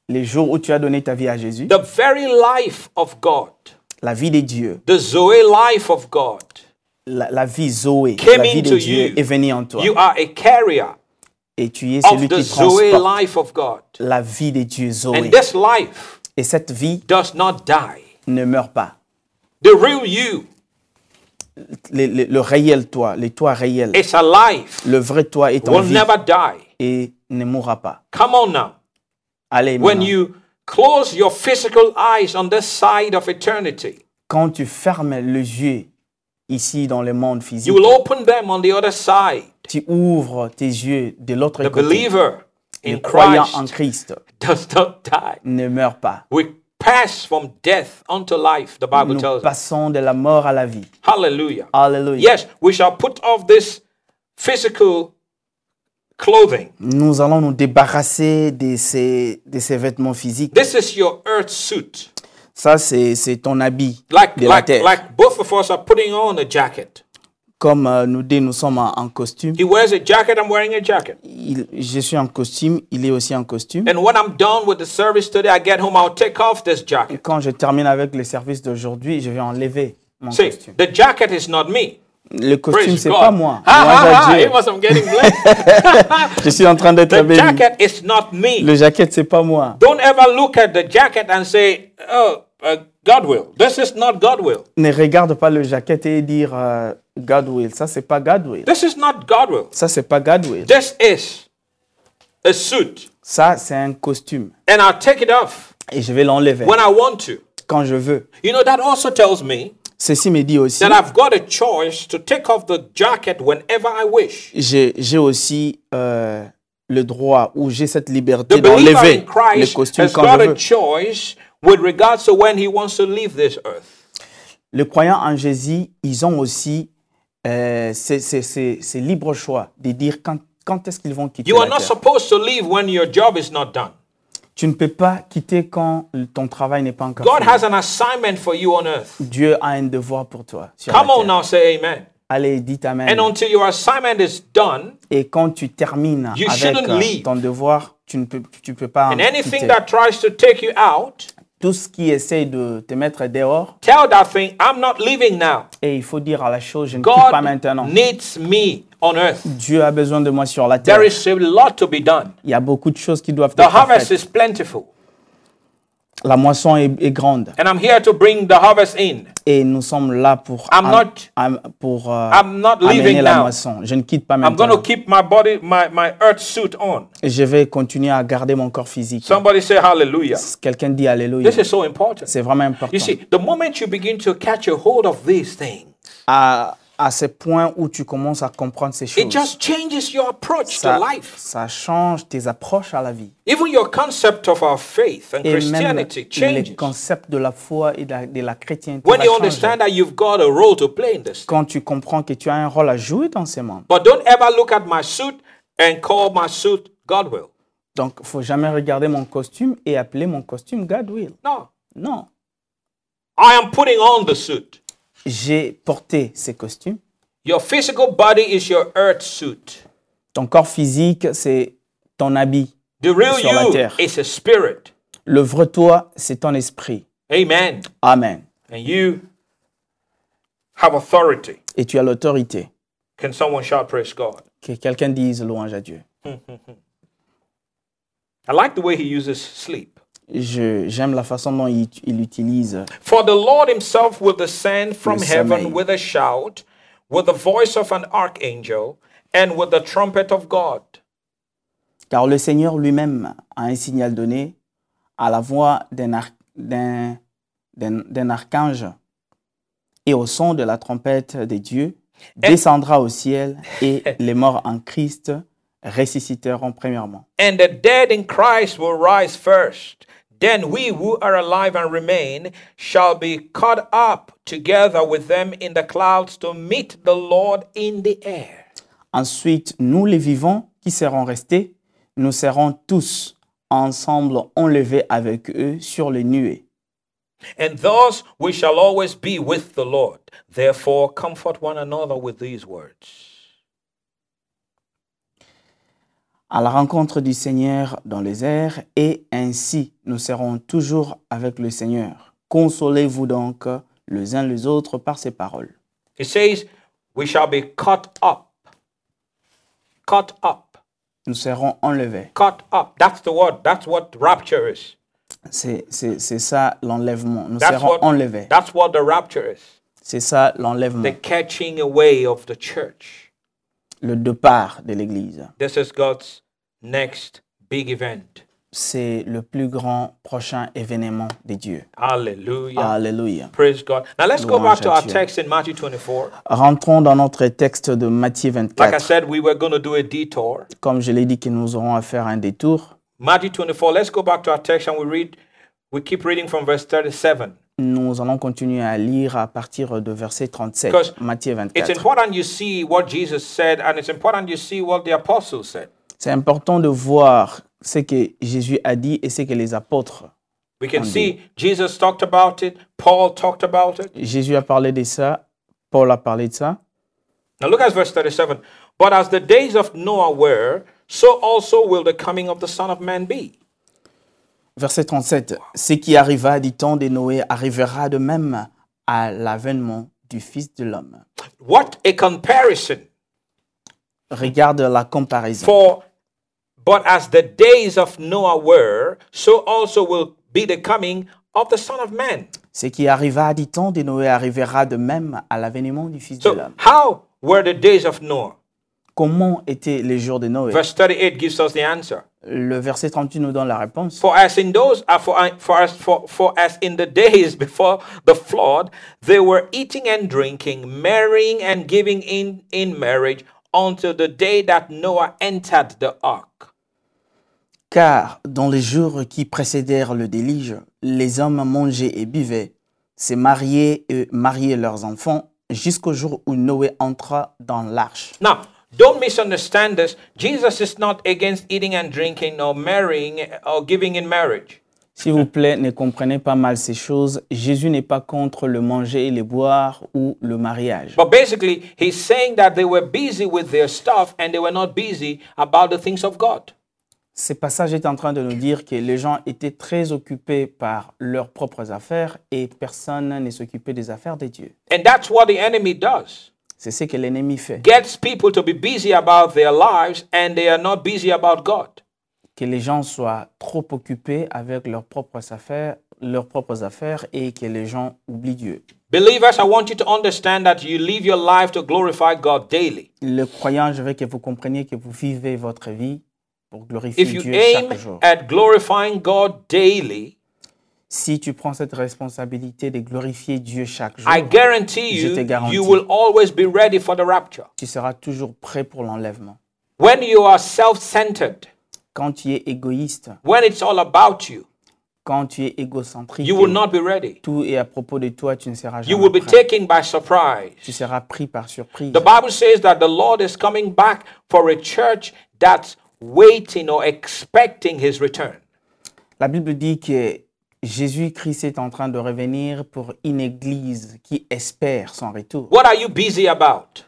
Les jours où tu as donné ta vie à Jésus, the very life of God, la vie de Dieu, the Zoe life of God, la, la vie Zoé, came la vie de into Dieu you. est venue en toi. You are a carrier Et tu es of celui the qui Zoe transporte life of God. la vie de Dieu Zoé. And this life Et cette vie does not die. ne meurt pas. The real you Le, le- le réel toi, le toi réel, is alive, le vrai toi est en will vie never die. et ne mourra pas. Come on now. Allez, When maintenant. you close your physical eyes on this side of eternity, quand tu fermes les yeux ici dans le monde physique, you will open them on the other side. tu ouvres tes yeux de l'autre The côté. believer Le in croyant en Christ Christ does not die. ne meurt pas. We pass from death unto life, the Bible Nous tells us. passons de la mort à la vie. Hallelujah. Alléluia. Yes, we shall put off this physical clothing. Nous allons nous débarrasser de ces, de ces vêtements physiques. This is your earth suit. Ça, c'est c'est ton habit Like, de la like, terre. like both of us are putting on a jacket. Comme euh, nous dit, nous sommes en, en costume. He wears a jacket, I'm wearing a jacket. Il- je suis en costume, il est aussi en costume. And when I'm done with the service today, I get home, I'll take off this jacket. Quand je termine avec le service d'aujourd'hui, je vais enlever mon See, costume. the jacket is not me. Le costume, Praise c'est pas God. Ah, moi. Ha, ha, Louange à ha, Dieu. it was- I'm getting blessed. Je suis en train d'être The béni. jacket is not me. Le jaquette, c'est pas moi. Don't ever look at the jacket and say, oh, uh, God will. This is not God will. Ne regarde pas le jaquette et dire euh, God will. Ça, c'est pas God will. This is not God will. Ça, c'est pas God will. This is a suit. Ça, c'est un costume. And I'll take it off Et je vais l'enlever when I want to. quand je veux. You know, that also tells me Ceci me dit aussi, that I've got a choice to take off the jacket whenever I wish. j'ai j'ai aussi euh, le droit ou j'ai cette The liberté believer in d'enlever le Christ costume has quand got je a veux. choice with regards to when he wants to leave this earth. Les croyants en Jésus, ils ont aussi euh, ces- ces- ces- ces libres choix de dire quand, quand est-ce qu'ils vont quitter You are la not terre. supposed to leave when your job is not done. Tu ne peux pas quitter quand ton travail n'est pas encore God fini. has an assignment for you on earth. Dieu a un devoir pour toi. sur la Come on terre. now, say amen. Allez, dites Amen. And until your assignment is done, Et quand tu termines You avec shouldn't euh, leave. ton devoir, tu ne peux, tu peux pas and en anything quitter. that tries to take you out, Tout ce qui essaie de te mettre dehors, tell that thing, I'm not leaving now. et il faut dire à la chose, je ne quitte pas maintenant. God needs me on earth. Dieu a besoin de moi sur la terre. There is a lot to be done. Il y a beaucoup de choses qui doivent The être harvest faites. is plentiful, La moisson est, est grande and I'm here to bring the harvest in. et nous sommes là pour, I'm am- not- am- pour euh, I'm not amener leaving la now. moisson. Je ne quitte pas I'm going to maintenant. keep my body, my, my earth suit on. Je vais continuer à garder mon corps physique. Somebody say hallelujah. Quelqu'un dit Alléluia. This is so important. C'est vraiment important. You see, the moment you begin to catch a hold of these things, À, à ce point où tu commences à comprendre ces it choses, just changes your approach ça, to life. ça change tes approches à la vie. Even your concept of our faith and Et même Christianity le changes. concept de la foi et de la, de la chrétienté When va you changer. understand that you've got a role to play in this. Quand tu comprends que tu as un rôle à jouer dans ces mondes. But don't ever look at my suit and call my suit God will. Donc, il faut jamais regarder mon costume et appeler mon costume God will. No. Non. I am putting on the suit. J'ai porté ces costumes. Your physical body is your earth suit. Ton corps physique, c'est ton habit. The real Sur la you terre. is a spirit. Le vrai toi, c'est ton esprit. Amen. Amen. And you have authority. Et tu as l'autorité. Can someone shout praise God? Que quelqu'un dise louange à Dieu. I like the way he uses sleep. Je- J'aime la façon dont il, il utilise. For the Lord himself will descend from Le heaven sommeil. with a shout, with the voice of an archangel, and with the trumpet of God. Car le Seigneur lui-même a un signal donné à la voix d'un ar- d'un- d'un- d'un archange et au son de la trompette de Dieu descendra au ciel et les morts en Christ ressusciteront premièrement. And the dead in Christ will rise first. Then we who are alive and remain shall be caught up together with them in the clouds to meet the Lord in the air. Ensuite, nous les vivants qui serons restés, nous serons tous ensemble enlevés avec eux sur les nuées. And thus we shall always be with the Lord. Therefore, comfort one another with these words. à la rencontre du Seigneur dans les airs, et ainsi nous serons toujours avec le Seigneur. Consolez-vous donc les uns les autres par ces paroles. It says, We shall be caught up. Caught up. Nous serons enlevés. Caught up. That's the word. That's what rapture is. C'est c'est- c'est ça l'enlèvement. Nous That's serons what, enlevés. that's what the rapture is. C'est ça l'enlèvement, The catching away of the church. le départ de l'Église. This is God's next big event. C'est le plus grand prochain événement de Dieu. Hallelujah. Uh, Alléluia. Praise God. Now let's go Louange back to à our Dieu. text in Matthew 24. Rentrons dans notre texte de Matthieu Like I 24. said, we were going to do a detour. Comme je l'ai dit que nous aurons à faire un détour, Matthew 24, let's go back to our text and we read, we keep reading from verse 37. Nous allons continuer à lire à partir de verset 37, Because Matthieu It's 24. important you see what Jesus said, and it's important you see what the apostles said. C'est important de voir ce que Jésus a dit et ce que les apôtres. We can see Jesus talked about it, Paul talked about it. Jésus a parlé de ça, Paul a parlé de ça. Now look at verse 37. But as the days of Noah were, so also will the coming of the Son of Man be. Verset 37. Ce qui arriva du temps de Noé arrivera de même à l'avènement du Fils de l'homme. What a comparison! Regarde la comparaison. For but as the days of Noah were, so also will be the coming of the Son of Man. Ce qui arriva du temps de Noé arrivera de même à l'avènement du Fils de So l'homme. how were the days of Noah? Comment étaient les jours de Noé Verse 38 gives us the answer. Le verset 38 nous donne la réponse. For as in those, uh, for, for, as, for, for as in the days before the flood, they were eating and drinking, marrying and giving in in marriage, until the day that Noah entered the ark. Car dans les jours qui précédèrent le déluge, les hommes mangeaient et buvaient, se mariaient et mariaient leurs enfants, jusqu'au jour où Noé entra dans l'arche. Now, Don't misunderstand this. Jesus is not against eating and drinking or marrying or giving in marriage. S'il vous plaît, ne comprenez pas mal ces choses. Jésus n'est pas contre le manger et le boire ou le mariage. But basically, he's saying that they were busy with their stuff and they were not busy about the things of God. Ce passage est en train de nous dire que les gens étaient très occupés par leurs propres affaires et personne ne s'occupait des affaires de Dieu. And that's what the enemy does. C'est ce que l'ennemi fait, Gets people to be busy about their lives and they are not busy about God. que les gens soient trop occupés avec leurs propres affaires, leurs propres affaires et que les gens oublient Dieu. Believers, I want you to understand that you live your life to glorify God daily. Le croyant, je veux que vous compreniez que vous vivez votre vie pour glorifier If you Dieu aim chaque jour. at glorifying God daily, Si tu prends cette responsabilité de glorifier Dieu chaque jour, I guarantee Je te you, garantis. you will always be ready for the rapture. tu seras toujours prêt pour l'enlèvement. When you are self centered, Quand tu es égoïste, when it's all about you, quand tu es égocentrique, you will not be ready. tout est à propos de toi, tu ne seras You jamais will be prêt. taken by surprise. Tu seras pris par surprise. The Bible says that the Lord is coming back for a church that's waiting or expecting his return. La Bible dit que Jésus-Christ est en train de revenir pour une église qui espère son retour. What are you busy about?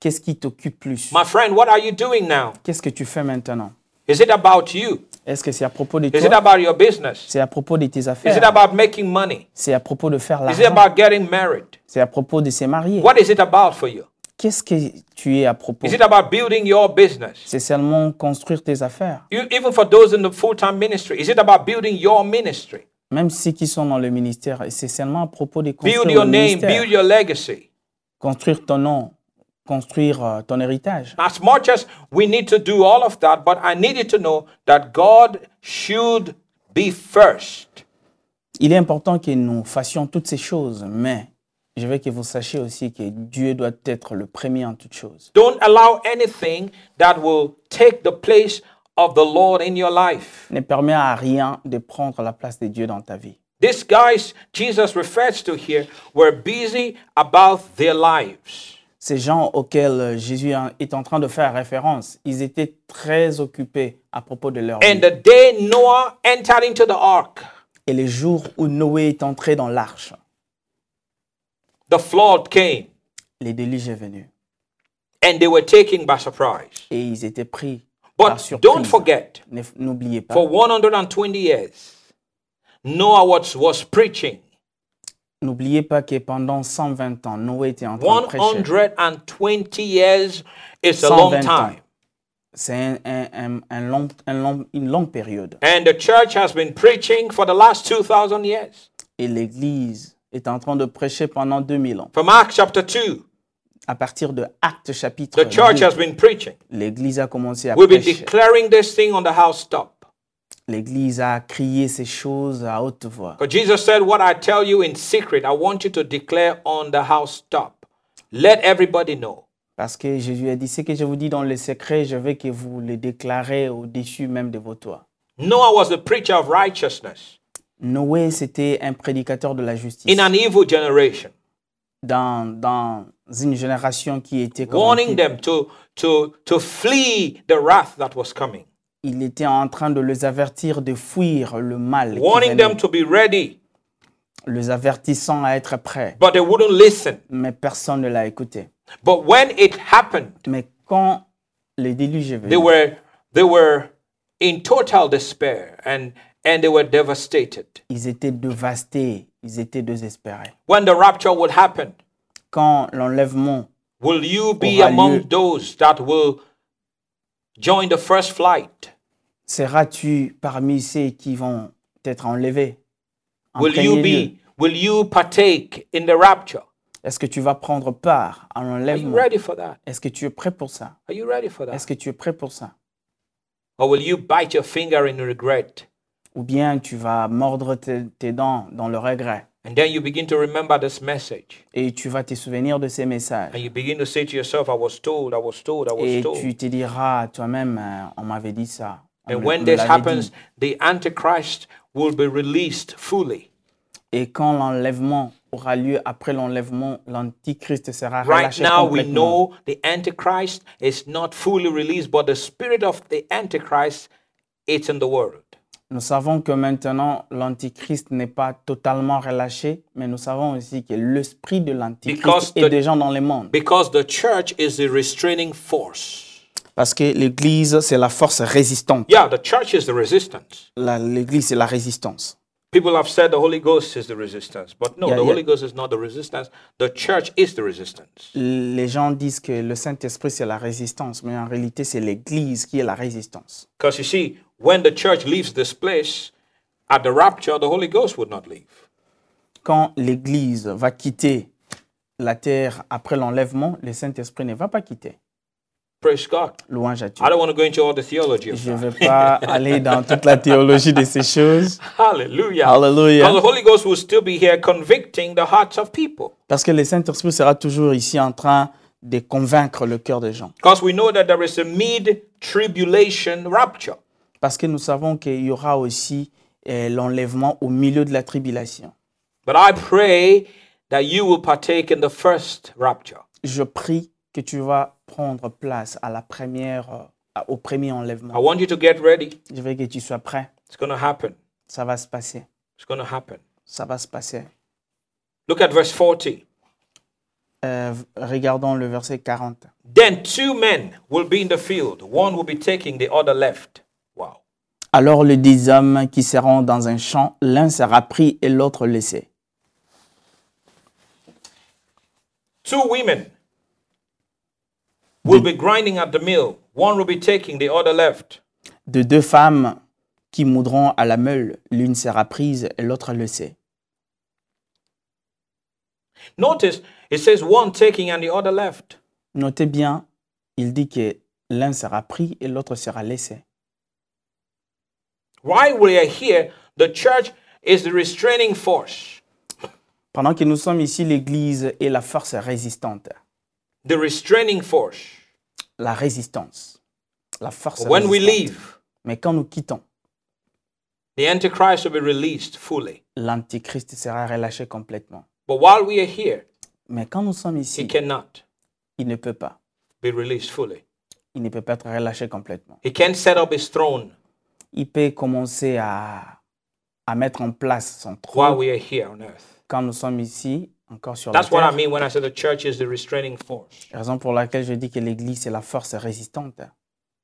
Qu'est-ce qui t'occupe plus My friend, what are you doing now? Qu'est-ce que tu fais maintenant Is it about you? Est-ce que c'est à propos de Is it toi about your business? C'est à propos de tes Is it affaires about making money? C'est à propos de faire Is it l'argent about getting married? C'est à propos de se marier What is it about for you? Qu'est-ce que tu es à propos Is it about building your business? C'est seulement construire tes affaires. You, even for those in the full time ministry, is it about building your ministry? Même ceux qui sont dans le ministère, c'est seulement à propos de construire Build le your name, ministère. build your legacy. construire ton nom, construire euh, ton héritage. As much as we need to do all of that, but I needed to know that God should be first. Il est important que nous fassions toutes ces choses, mais je veux que vous sachiez aussi que Dieu doit être le premier en toutes choses. Don't allow anything that will take the place of the Lord in your life. Ne permet à rien de prendre la place de Dieu dans ta vie. These guys Jesus refers to here were busy about their lives. Ces gens auxquels euh, Jésus en- est en train de faire référence, ils étaient très occupés à propos de leur vie. And the day Noah entered into the ark, Et les jours où Noé est entré dans l'arche, the flood came les déluge est venu. and they were taken by surprise. Et ils étaient pris par But surprise. don't forget, Ne- N'oubliez pas, for 120 years, Noah was, was preaching. n'oubliez pas que pendant 120 ans, Noé était en train de prêcher. 120 years is a 120 long ans. time. C'est un, un- un- un long- un long- une longue période. And the church has been preaching for the last 2,000 years. Et l'Église est en train de prêcher pendant 2000 ans. From Acts chapter 2, À partir de Actes chapitre the church 2, has been preaching. l'Église a commencé à We've been prêcher. declaring this thing on the housetop. L'Église a crié ces choses à haute voix. Because Jesus said, What I tell you in secret, I want you to declare on the housetop. Let everybody know. Parce que Jésus a dit, ce que je vous dis dans le secret, je veux que vous le déclarez au-dessus même de vos toits. Noah was a preacher of righteousness Noé, c'était un prédicateur de la justice in an evil generation, dans, dans une génération qui était corrompue. warning them to, to, to flee the wrath that was coming, Il était en train de les avertir de fuir le mal, qui warning venait, them to be ready, les avertissant à être prêts. but they wouldn't listen. mais personne ne l'a écouté. But when it happened, Mais quand le déluge est venu, they were, they were in total despair and, and they were devastated. ils étaient dévastés, ils étaient désespérés. When the rapture would happen, Quand l'enlèvement, Will you be Aura among lieu. those that will join the first flight? seras-tu parmi ceux qui vont être enlevés en Will you premier lieu? be will you partake in the rapture? Est-ce que tu vas prendre part à Are you l'enlèvement ready for that? Est-ce que tu es prêt pour ça Are you ready for that? Est-ce que tu es prêt pour ça Or will you bite your finger in regret? Ou bien tu vas mordre tes, tes dents dans le regret And then you begin to remember this message. et tu vas te souvenir de ces And messages you begin to say to yourself, I was told, I was told, I was et told. Eh, tu te diras à toi-même, euh, on m'avait dit ça. And on me- on when me this l'avait dit. happens, the Antichrist will be released fully. Et quand l'enlèvement aura lieu après l'enlèvement, l'Antichrist sera Right relâché now, we complètement. know the Antichrist is not fully released, but the spirit of the Antichrist is in the world. Nous savons que maintenant l'Antichrist n'est pas totalement relâché, mais nous savons aussi que l'esprit de Because l'Antichrist the- est déjà dans le monde. Because the church is the restraining force. Parce que l'Église, c'est la force résistante. Yeah, the church is the resistance. La- L'Église, c'est la résistance. People have said the Holy Ghost is the resistance, but no, Yeah, the yeah. Holy Ghost is not the resistance. The church is the resistance. Les gens disent que le Saint-Esprit, c'est la résistance, mais en réalité, c'est l'Église qui est la résistance. Because you see, when the church leaves this place at the rapture, the Holy Ghost would not leave. Quand l'Église va quitter la terre après l'enlèvement, le Saint-Esprit ne va pas quitter. Praise God. Louange à Dieu. I don't want to go into all the theology of Je ne that. vais pas aller dans toute la théologie de ces choses. Hallelujah. Hallelujah. Because the Holy Ghost will still be here convicting the hearts of people. Parce que le Saint-Esprit sera toujours ici en train de convaincre le cœur des gens. Because we know that there is a mid tribulation rapture. Parce que nous savons qu'il y aura aussi euh, l'enlèvement au milieu de la tribulation. But I pray that you will partake in the first rapture. Je prie que tu vas prendre place à la première, euh, à- au premier I enlèvement. want you to get ready. Je veux que tu sois prêt. It's going to happen. Ça va se passer. It's going to happen. Ça va se passer. Look at verse 40. Euh, regardons le verset 40. Then two men will be in the field, one will be taking, the other left. Wow. Alors les dix hommes qui seront dans un champ, l'un sera pris et l'autre laissé. Two women will be grinding at the mill, one will be taking, the other left. De deux femmes qui moudront à la meule, l'une sera prise et l'autre laissée. Notice it says one taking and the other left. Notez bien, il dit que l'un sera pris et l'autre sera laissé. While we are here, the church is the restraining force. Pendant que nous sommes ici, l'Église est la force résistante. The restraining force. La résistance. La force When we résistante. leave, Mais quand nous quittons, the Antichrist will be released fully. l'Antichrist sera relâché complètement. But while we are here, Mais quand nous sommes he ici, cannot il ne peut pas. be released fully. Il ne peut pas être relâché complètement. He can't set up his throne Il peut commencer à, à mettre en place son while trône we are here on earth. quand nous sommes ici, encore sur la That's what terre. Hmm. I mean when I say the church is the restraining force. Raison pour laquelle je dis que l'Église est la force résistante.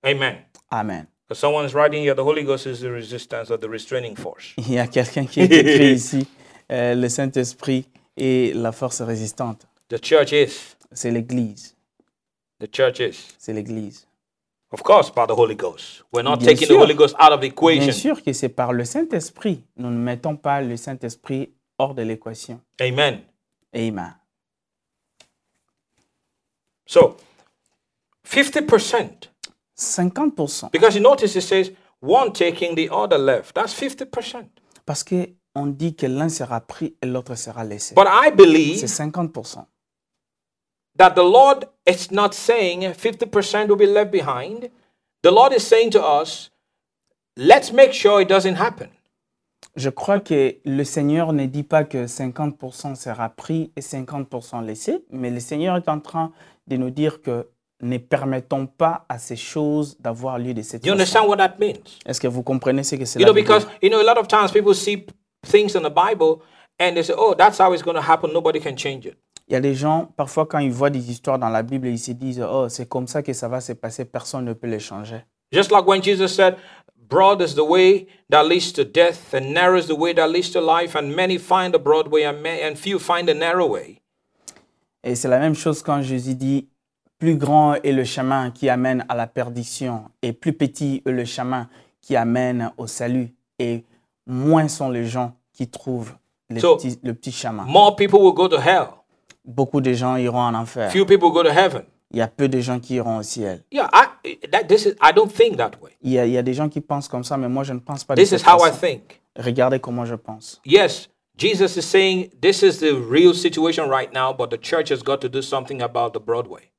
Amen. Amen. Because someone's writing here, the Holy Ghost is the resistance or the restraining force. Il y a quelqu'un qui écrit ici, euh, le Saint-Esprit est la force résistante. The church is. C'est l'Église. The church is. C'est l'Église. Of course, by the Holy Ghost. We're not Bien taking the sûr. Holy Ghost out of the equation. Bien sûr que c'est par le Saint-Esprit. Nous ne mettons pas le Saint-Esprit hors de l'équation. Amen. Amen. So, 50%. 50%. Because you notice it says one taking, the other left. That's 50%. Parce que on dit que l'un sera pris et l'autre sera laissé. But I believe C'est 50%. that the Lord is not saying 50% will be left behind. The Lord is saying to us, let's make sure it doesn't happen. Je crois que le Seigneur ne dit pas que 50% sera pris et 50% laissé, mais le Seigneur est en train de nous dire que ne permettons pas à ces choses d'avoir lieu de cette You façon. understand what that means? Est-ce que vous comprenez ce que c'est You la know, Bible? because, you know, a lot of times people see p- things in the Bible and they say, oh, that's how it's going to happen. Nobody can change it. Il y a des gens, parfois, quand ils voient des histoires dans la Bible, ils se disent Oh, c'est comme ça que ça va se passer, personne ne peut les changer. Just like when Jesus said, Broad is the way that leads to death, and narrow is the way that leads to life, and many find the broad way, and, ma- and few find the narrow way. Et c'est la même chose quand Jésus dit Plus grand est le chemin qui amène à la perdition, et plus petit est le chemin qui amène au salut, et moins sont les gens qui trouvent les So- petits- le petit chemin. More people will go to hell, Beaucoup de gens iront en enfer. few people go to heaven. Il y a peu de gens qui iront au ciel. Yeah, I, that, this is, I don't think that way. Il y, a, il y a des gens qui pensent comme ça, mais moi je ne pense pas de This is cette how I façon. think. Regardez comment je pense. Yes, Jesus is saying this is the real situation right now, but the church has got to do something about the Broadway.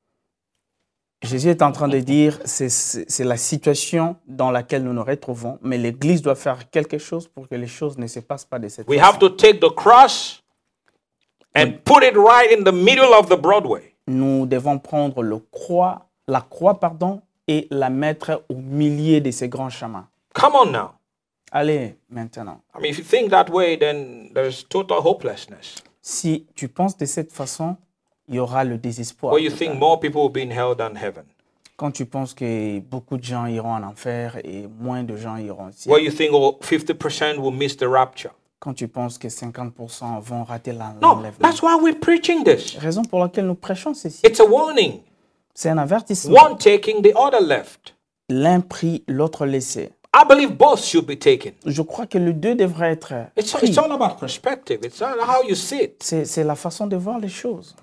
Jésus est en train de dire, c'est- c'est c'est la situation dans laquelle nous nous retrouvons, mais l'Église doit faire quelque chose pour que les choses ne se passent pas de cette We have to take the cross and put it right in the middle of the Broadway. Nous devons prendre le croix, la croix pardon, et la mettre au milieu de ces grands chemins. Come on now. Allez, maintenant. I mean, if you think that way, then there's total hopelessness. Si tu penses de cette façon, il y aura le désespoir. Or you think more people will be in hell than heaven. Quand tu penses que beaucoup de gens iront en enfer et moins de gens iront ici. Or you think oh, 50% will miss the rapture. Quand tu penses que 50% vont rater l'en- No, l'enlèvement. that's why we're preaching this. Raison pour laquelle nous prêchons ceci. It's a warning. C'est un avertissement. One taking, the other left. L'un pris, l'autre laissé. I believe both should be taken. Je crois que les deux devraient être It's, pris. it's all about perspective. It's all how you see it. C'est c'est la façon de voir les choses.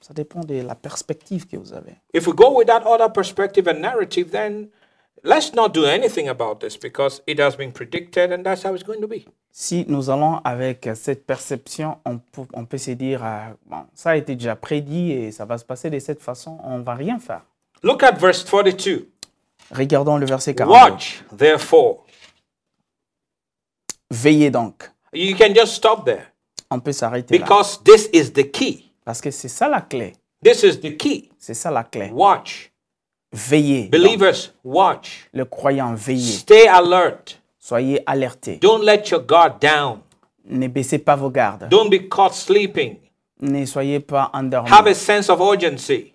Ça dépend de la perspective que vous avez. If we go with that other perspective and narrative, then let's not do anything about this because it has been predicted and that's how it's going to be. Si nous allons avec cette perception, on peut, on peut se dire, euh, bon, ça a été déjà prédit et ça va se passer de cette façon, on va rien faire. Look at verse 42. Regardons le verset 40. Watch, therefore. Veillez donc. You can just stop there On peut s'arrêter là. because this is the key. Parce que c'est ça la clé. This is the key. C'est ça la clé. Watch. Veillez. donc. Believers, watch. Le croyant, veillez. Stay alert. Soyez alertés. Don't let your guard down. Ne baissez pas vos gardes. Don't be caught sleeping. Ne soyez pas endormis. Have a sense of urgency.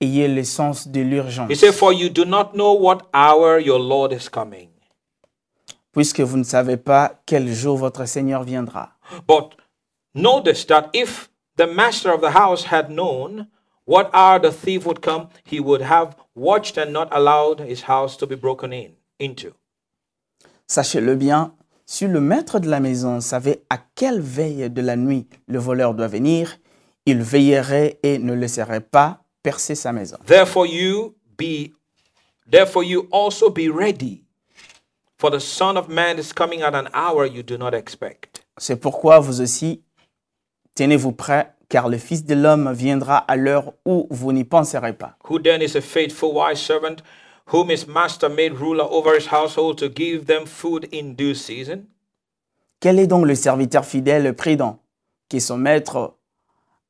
Ayez le sens de l'urgence. He said, For you do not know what hour your Lord is coming. puisque vous ne savez pas quel jour votre Seigneur viendra. But notice that if the master of the house had known what hour the thief would come, he would have watched and not allowed his house to be broken in into. Sachez-le bien, si le maître de la maison savait à quelle veille de la nuit le voleur doit venir, il veillerait et ne laisserait pas percer sa maison. Therefore you be therefore you also be ready. For the Son of Man is coming at an hour you do not expect. C'est pourquoi vous aussi, tenez-vous prêts, car le Fils de l'homme viendra à l'heure où vous n'y penserez pas. Who then is a faithful wise servant whom his master made ruler over his household to give them food in due season? Quel est donc le serviteur fidèle prudent que son maître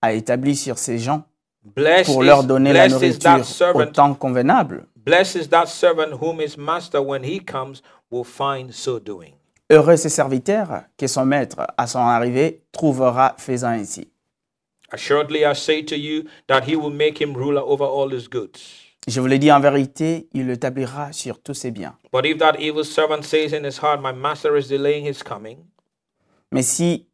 a établi sur ses gens Blessed, pour leur is- donner la blessed is nourriture that au servant temps convenable Blessed is that servant whom his master, when he comes, will find so doing. Heureux ce serviteur que son maître, à son arrivée, trouvera faisant ainsi. Assuredly, I say to you that he will make him ruler over all his goods. Je vous le dis en vérité, il l'établira sur tous ses biens. But if that evil servant says in his heart, My master is delaying his coming, Mais si,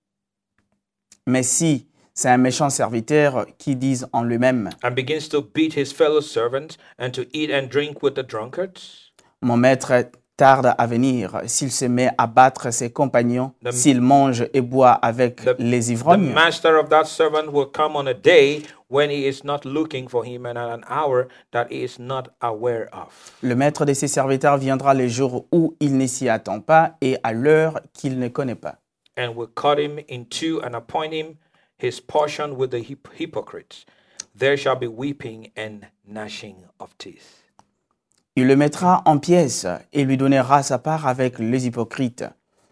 mais si c'est un méchant serviteur qui dise en lui-même, and begins to beat his fellow servants and to eat and drink with the drunkards, mon maître tarde à venir, s'il se met à battre ses compagnons, The- s'il mange et boit avec the- les the ivrognes, master of that servant will come on a day when he is not looking for him and at an hour that he is not aware of. le maître de ses serviteurs viendra le jour où il ne s'y attend pas et à l'heure qu'il ne connaît pas. and will cut him in two and appoint him his portion with the hyp- hypocrites. There shall be weeping and gnashing of teeth. Il le mettra en pièces et lui donnera sa part avec les hypocrites.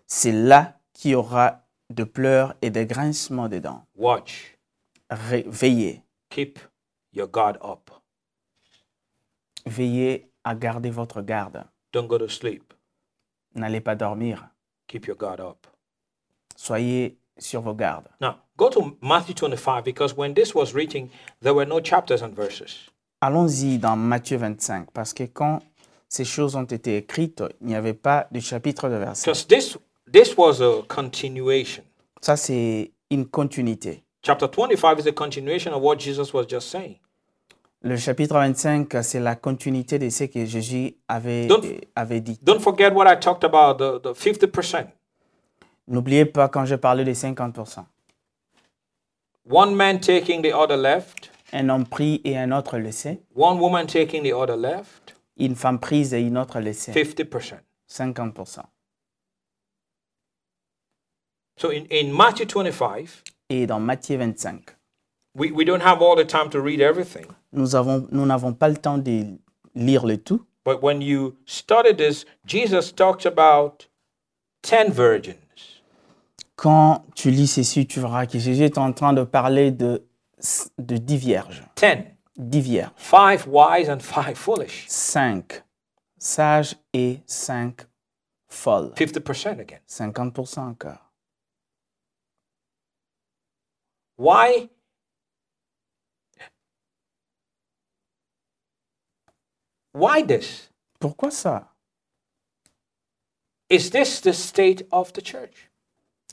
C'est là qu'il y aura de pleurs et de grincements de dents. Watch, Ré- Veillez, keep your guard up. veillez à garder votre garde. Don't go to sleep. N'allez pas dormir. Keep your guard up. Soyez sur vos gardes. Now, go to Matthew 25 because when this was written, there were no chapters and verses. Allons-y dans Matthieu 25, parce que quand ces choses ont été écrites, il n'y avait pas de chapitre de verset. Because this, this was a continuation. Ça, c'est une continuité. Chapter 25 is a continuation of what Jesus was just saying. Le chapitre 25, c'est la continuité de ce que Jésus avait, Don't- avait dit. Don't forget what I talked about the, the 50%. N'oubliez pas quand je parlais des 50%. One man taking the other left. Un homme pris et un autre laissé. One woman taking the other left, Une femme prise et une autre laissée. 50%. 50%. So in, in Matthew 25, Et dans Matthieu 25, we, we don't have all the time to read everything. nous avons- nous n'avons pas le temps de lire le tout. But when you study this, Jesus talks about 10 virgins. Quand tu lis ceci, tu verras que Jésus est en train de parler de, de dix vierges. 10. Dix vierges. Five wise and five foolish. Cinq sages et cinq folles. 50% again. 50% encore. Why? Why this? Pourquoi ça Is this the state of the church?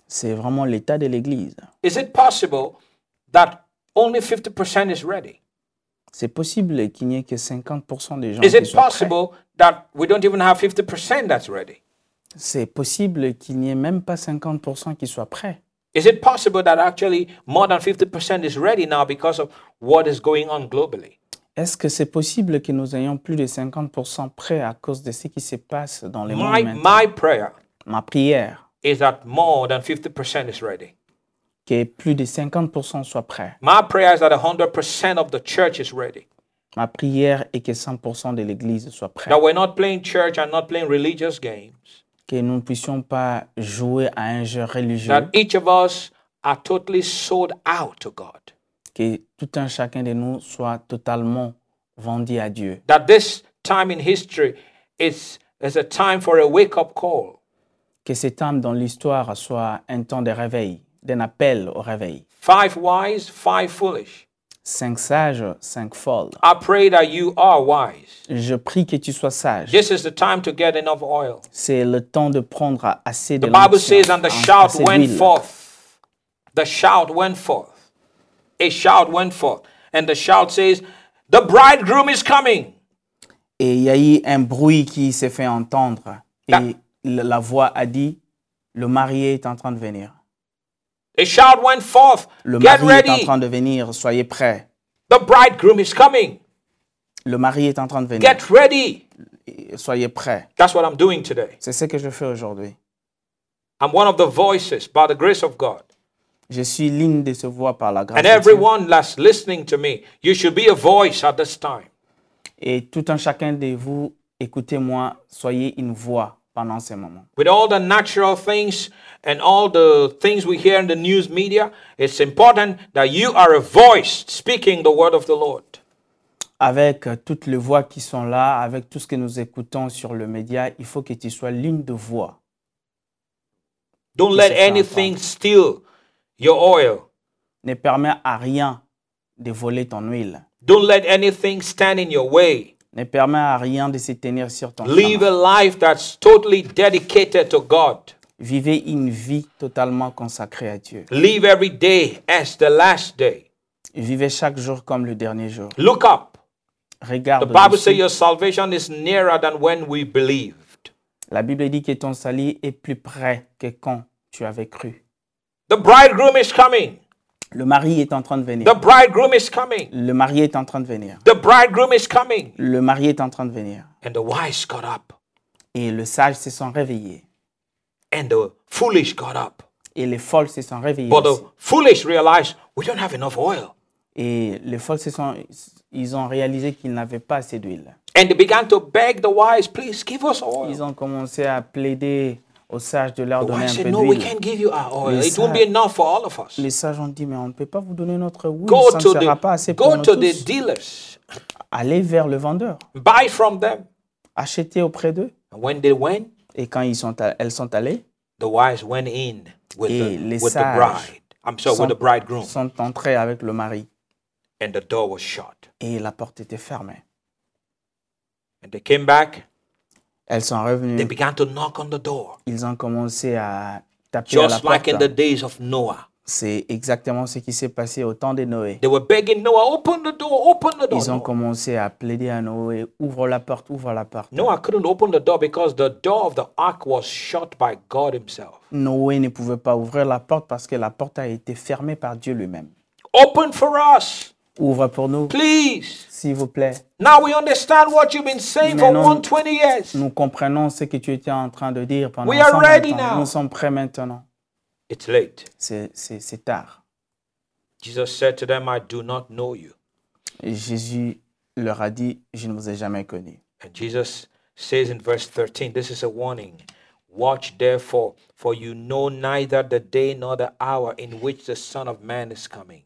C'est vraiment l'état de l'Église. Is it possible that only 50% is ready? C'est possible qu'il n'y ait que 50% des gens Is qui it soient prêts. possible that we don't even have 50% that's ready? C'est possible qu'il n'y ait même pas 50% qui soient prêts. Is it possible that actually more than 50% is ready now because of what is going on globally? Est-ce que c'est possible que nous ayons plus de 50% prêts à cause de ce qui se passe dans les mondes My, maintenant my prayer Ma prière, is that more than 50% is ready. que plus de 50% soient prêts. My prayer is that 100% of the church is ready. Ma prière est que 100% de l'Église soit prête. That we're not playing church and not playing religious games. Que nous ne puissions pas jouer à un jeu religieux. That each of us are totally sold out to God. Que tout un chacun de nous soit totalement vendu à Dieu. That this time in history is, is a time for a wake up call Que cet temps dans l'histoire soit un temps de réveil, d'un appel au réveil. five wise, five foolish. Cinq sages, cinq folles. I pray that you are wise. Je prie que tu sois sage. This is the time to get enough oil. C'est le temps de prendre assez de The Bible l'onction, says, and the en- shout assez went d'huile. forth. The shout went forth. A shout went forth. And the shout says, The bridegroom is coming. Et il y a eu un bruit qui s'est fait entendre. Et Ah. la la voix a dit, le marié est en train de venir. A shout went forth. Le Get mari est en ready. train de venir, soyez prêts. The bridegroom is coming. Le mari est en train de venir, Get ready. soyez prêts. That's what I'm doing today. C'est ce que je fais aujourd'hui. I'm one of the voices by the grace of God. Je suis l'une de ces voix par la grâce And de Dieu. everyone that's listening to me, you should be a voice at this time. Et tout un chacun de vous, écoutez-moi, soyez une voix pendant ces moments. With all the natural things and all the things we hear in the news media, it's important that you are a voice speaking the word of the Lord. Avec euh, toutes les voix qui sont là, avec tout ce que nous écoutons sur le média, il faut que tu sois l'une de voix. Don't let anything steal your oil. Ne permets à rien de voler ton huile. Don't let anything stand in your way. Ne permets à rien de se tenir sur ton Live chemin. a life that's totally dedicated to God. Vivez une vie totalement consacrée à Dieu. Live every day as the last day. Vivez chaque jour comme le dernier jour. Look up. Regarde. The Bible uh, le ciel. says your salvation is nearer than when we believed. La Bible dit que ton salut est plus près que quand tu avais cru. The bridegroom is coming. Le mari est en train de venir. The bridegroom is coming. Le mari est en train de venir. The bridegroom is coming. Le mari est en train de venir. And the wise got up. Et le sage se sont réveillés. And the foolish got up. Et les folles se sont réveillées. But aussi. the foolish realized we don't have enough oil. Et les folles se sont, ils ont réalisé qu'ils n'avaient pas assez d'huile. And they began to beg the wise, please give us oil. Ils ont commencé à plaider aux sages de leur The donner wise un said, peu no, we d'huile. can't give you our oil. It Yes, won't be sir. enough for all of us. Les sages ont dit, mais on ne peut pas vous donner notre huile, Go ça to ne sera pas assez the, pour go nous to the tous. dealers. Allez vers le vendeur, Buy from them. achetez auprès d'eux. And when they went, Et quand ils sont à- elles sont allées, the wise went in with, Et the, les with the sages bride. I'm sorry, with sont, the bridegroom. sont entrées avec le mari And the door was shut. et la porte était fermée. And they came back. Elles sont They revenues, began to knock on the door. ils ont commencé à taper à la Just like porte. in the days of Noah. C'est exactement ce qui s'est passé au temps de Noé. They were begging Noah, open the door, open the door. Ils ont Noah- commencé à plaider à Noé, ouvre la porte, ouvre la porte. Noah couldn't open the door because the door of the ark was shut by God Himself. Noé ne pouvait pas ouvrir la porte parce que la porte a été fermée par Dieu lui-même. Open for us, Ouvre pour nous, please. s'il vous plaît. Now we understand what you've been saying for Maintenant, 120 years. Nous comprenons ce que tu étais en train de dire pendant We are 120 ready ans. now. Nous sommes prêts maintenant. It's late. C'est- C'est c'est tard. Jesus said to them, I do not know you. Et Jésus leur a dit, je ne vous ai jamais connu. And Jesus says in verse 13, this is a warning Watch therefore, for you know neither the day nor the hour in which the Son of Man is coming.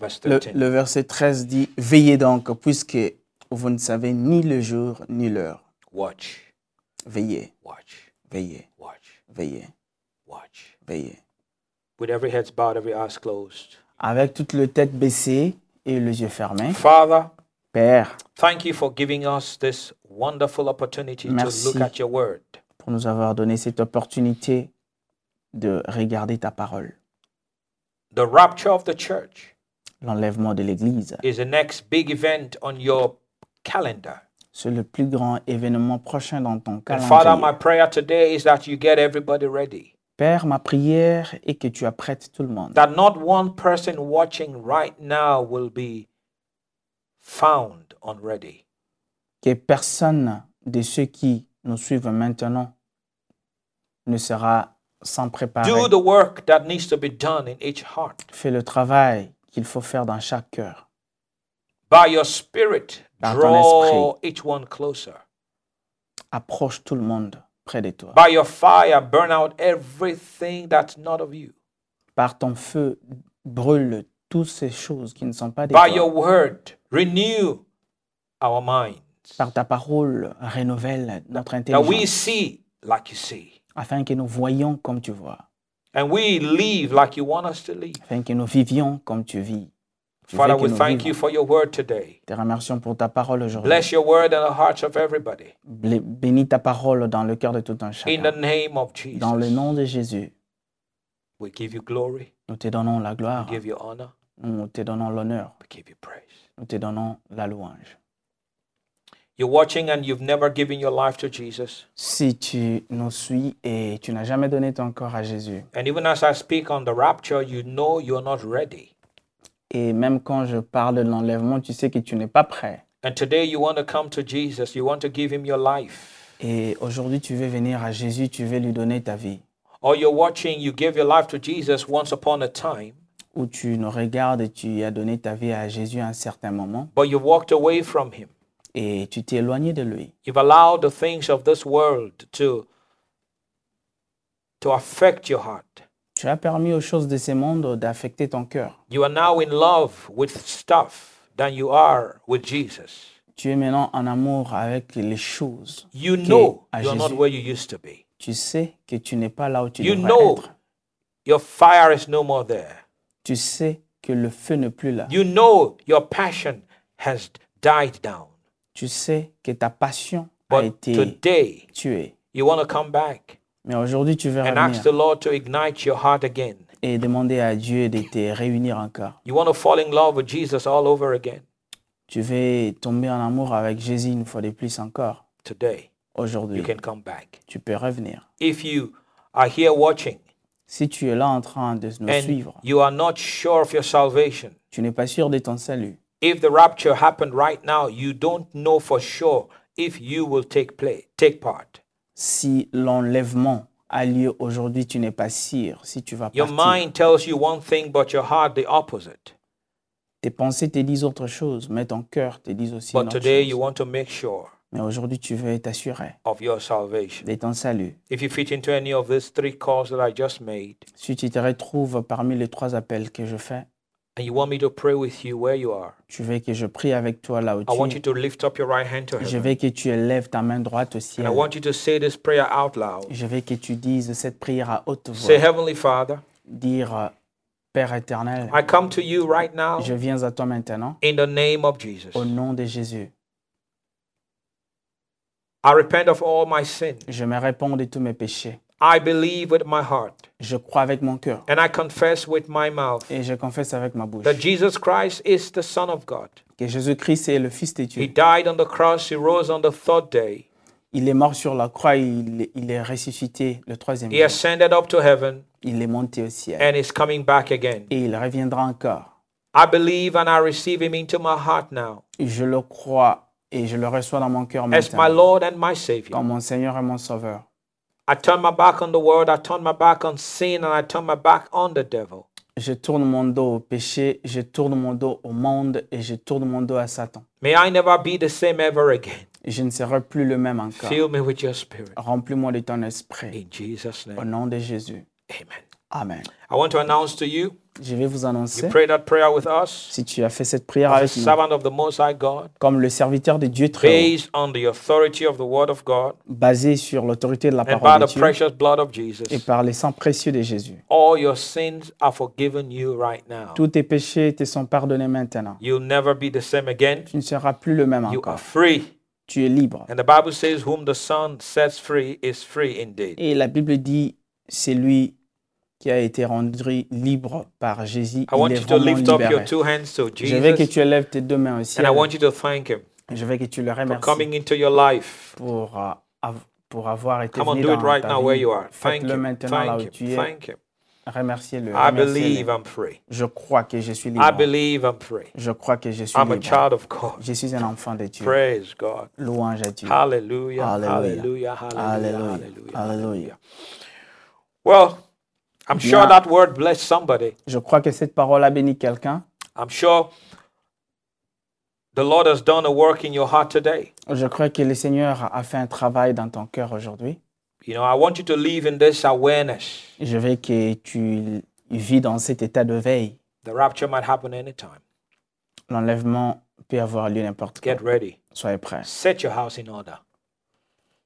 Verse Le, 13. le verset 13 dit, Veillez donc, puisque vous ne savez ni le jour ni l'heure. Watch, Veillez, watch, veillez, watch, veillez, watch. veillez. With every head bowed, every eyes closed. Avec toute le tête baissée et les yeux fermés, Father, Père, thank you for giving us this wonderful opportunity Merci. to look at your word. pour nous avoir donné cette opportunité de regarder ta parole. The rapture of the church L'enlèvement de l'Église, is the next big event on your calendar. c'est le plus grand événement prochain dans ton And Father, my calendrier. prayer today is that you get everybody ready. Père, ma prière est que tu apprêtes tout le monde, That not one person watching right now will be found unready. que personne de ceux qui nous suivent maintenant ne sera sans préparer. Do the work that needs to be done in each heart. Fais le travail qu'il faut faire dans chaque cœur. By your spirit, Par ton draw each one closer. Approche tout le monde près de toi. By your fire, burn out everything that's not of you. Par ton feu, brûle toutes ces choses qui ne sont pas des By toi. your word, renew our minds. Par ta parole, renouvelle notre That we intelligence see like you see. afin que nous voyions comme tu vois, And we live like you want us to live. afin que nous vivions comme tu vis. Tu veux Father, que we nous thank you vivons. for your word today. Te remercions pour ta parole aujourd'hui. Bless your word in the hearts of everybody. Blé- Bénis ta parole dans le cœur de tout un In the chacun. name of Dans le Jesus, nom de Jésus, we give you glory, nous te donnons la we gloire, give you honor, nous te donnons l'honneur, we give you praise. nous te donnons la louange. You're watching and you've never given your life to Jesus. Si tu nous suis et tu n'as jamais donné ton corps à Jésus, And even as I speak on the rapture, you know you're not ready. et même quand je parle de l'enlèvement, tu sais que tu n'es pas prêt. And today you want to come to Jesus, you want to give him your life. Et aujourd'hui, tu veux venir à Jésus, tu veux lui donner ta vie. Or you're watching, you gave your life to Jesus once upon a time, Ou tu nous regardes et tu as donné ta vie à Jésus à un certain moment but you walked away from him. et tu t'es éloigné de lui. You've allowed the things of this world to, to affect your heart. Tu as permis aux choses de ce monde d'affecter ton cœur. You are now in love with stuff than you are with Jesus. Tu es maintenant en amour avec les choses. You que- know à you're not Jésus. where you used to be. Tu sais que tu n'es pas là où tu You devrais know être. your fire is no more there. Tu sais que le feu n'est plus là. You know your passion has died down. Tu sais que ta passion a But été today, tuée. you want to come back Mais aujourd'hui, tu veux and ask the revenir Lord to ignite your heart again. et demander à Dieu de te réunir encore. You want to fall in love with Jesus all over again Tu veux tomber en amour avec Jésus une fois de plus encore. today. Aujourd'hui, You can come back. tu peux revenir. If you are here watching Si tu es là en train de nous and suivre, you are not sure of your salvation, tu n'es pas sûr de ton salut. if the rapture happened right now, you don't know for sure if you will take play, take part. Si l'enlèvement a lieu aujourd'hui, tu n'es pas sûr si tu vas Your partir. mind tells you one thing, but your heart the opposite. Tes pensées te disent autre chose, mais ton cœur te dit aussi But autre today chose. you want to make sure Mais aujourd'hui, tu veux t'assurer of your salvation. de ton salut. If you fit into any of these three calls that I just made, Si tu te retrouves parmi les trois appels que je fais, and you want me to pray with you where you are, tu veux que je prie avec toi là où I want tu you es. to lift up your right hand to Je heaven. veux que tu élèves ta main droite au And ciel. I want you to say this prayer out loud. Je veux que tu dises cette prière à haute voix. Say, Heavenly Father, Dire, euh, Père éternel, I come to you right now je viens à toi maintenant in the name of Jesus. au nom de Jésus. I repent of all my sin. Je me réponds de tous mes péchés. I believe with my heart Je crois avec mon cœur and I confess with my mouth et je confesse avec ma bouche that Jesus Christ is the Son of God. que Jésus-Christ est le Fils de He Dieu. died on the cross, He rose on the third day, Il est mort sur la croix, il, il est ressuscité le troisième He jour. ascended up to heaven, Il est monté au ciel and is coming back again. et il reviendra encore. I believe and I receive Him into my heart now Je le crois et je le reçois dans mon cœur as my maintenant Lord and my Savior. comme mon Seigneur et mon Sauveur. I turn my back on the world, I turn my back on sin, and I turn my back on the devil. Je tourne mon dos au péché, je tourne mon dos au monde et je tourne mon dos à Satan. May I never be the same ever again. Je ne serai plus le même encore. Fill me with your spirit. Remplis-moi de ton esprit. In Jesus' Au name. nom de Jésus. Amen. Amen. I want to announce to you, Je vais vous annoncer, you pray that prayer with us, si tu as fait cette prière as a avec nous, servant of the Most High God, comme le serviteur de Dieu très haut, based on the authority of the Word of God basé sur l'autorité de la and by parole the de Dieu precious blood of et Jesus. par les sang précieux de Jésus. All your sins are forgiven you right now. Tous tes péchés te sont pardonnés maintenant. You'll never be the same again. Tu ne seras plus le même You are encore. free. Tu es libre. And the Bible says, Whom the Son sets free is free indeed. Et la Bible dit, c'est lui qui a été rendu libre par Jésus. I Il want est you to vraiment lift up your libéré. two hands to Je veux que Jesus tu élèves tes deux mains au ciel. and I want you to thank Him Je veux que tu le for remercies coming into your life. pour, euh, av- pour avoir été Come on, venu do it dans right ta now vie. where you are. Thank Faites-le Him. maintenant là où Thank tu Him. es. Thank Him. Remerciez-le. I remerciez-le. believe I'm free. Je crois que je suis I libre. believe I'm free. Je crois que je suis I'm a libre. child of God. Je suis un enfant de Dieu. Praise God. Louange à Dieu. Hallelujah. Hallelujah. Hallelujah. Hallelujah. Alléluia. Hallelujah. Alléluia. Well, I'm sure Bien. that word blessed somebody. Je crois que cette parole a béni quelqu'un. I'm sure the Lord has done a work in your heart today. Je crois que le Seigneur a fait un travail dans ton cœur aujourd'hui. You know, I want you to live in this awareness. Je veux que tu vis dans cet état de veille. The rapture might happen anytime. L'enlèvement peut avoir lieu n'importe quand. Get ready. Soyez prêts. Set your house in order.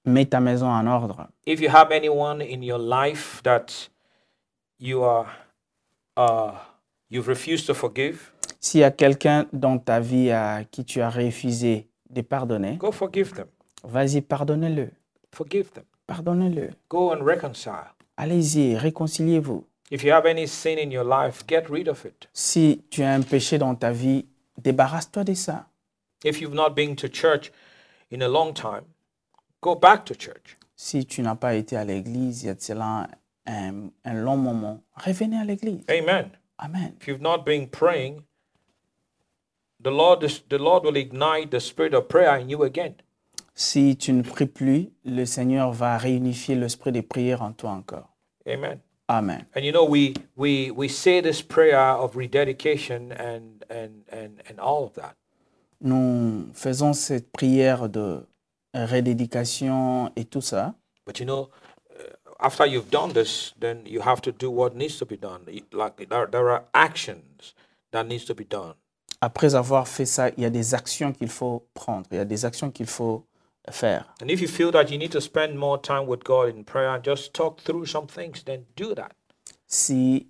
Mets ta maison en ordre. If you have anyone in your life that you are, uh, you've refused to forgive, S'il y a quelqu'un dans ta vie à qui tu as refusé de pardonner, go forgive them. vas-y, pardonne-le. Forgive them. Pardonne-le. Go and reconcile. Allez-y, réconciliez-vous. If you have any sin in your life, get rid of it. Si tu as un péché dans ta vie, débarrasse-toi de ça. If you've not been to church in a long time, go back to church. Si tu n'as pas été à l'église il y a de cela un, un long moment, revenez à l'église. Amen. Amen. If you've not been praying, the Lord, is, the Lord will ignite the spirit of prayer in you again. Si tu ne pries plus, le Seigneur va réunifier l'esprit de prière en toi encore. Amen. Amen. And you know, we, we, we say this prayer of rededication and, and, and, and all of that. Nous faisons cette prière de redédication et tout ça. But you know, uh, after you've done this, then you have to do what needs to be done. Y- Like there, there are actions that needs to be done. Après avoir fait ça, il y a des actions qu'il faut prendre, il y a des actions qu'il faut faire. And if you feel that you need to spend more time with God in prayer and just talk through some things, then do that. Si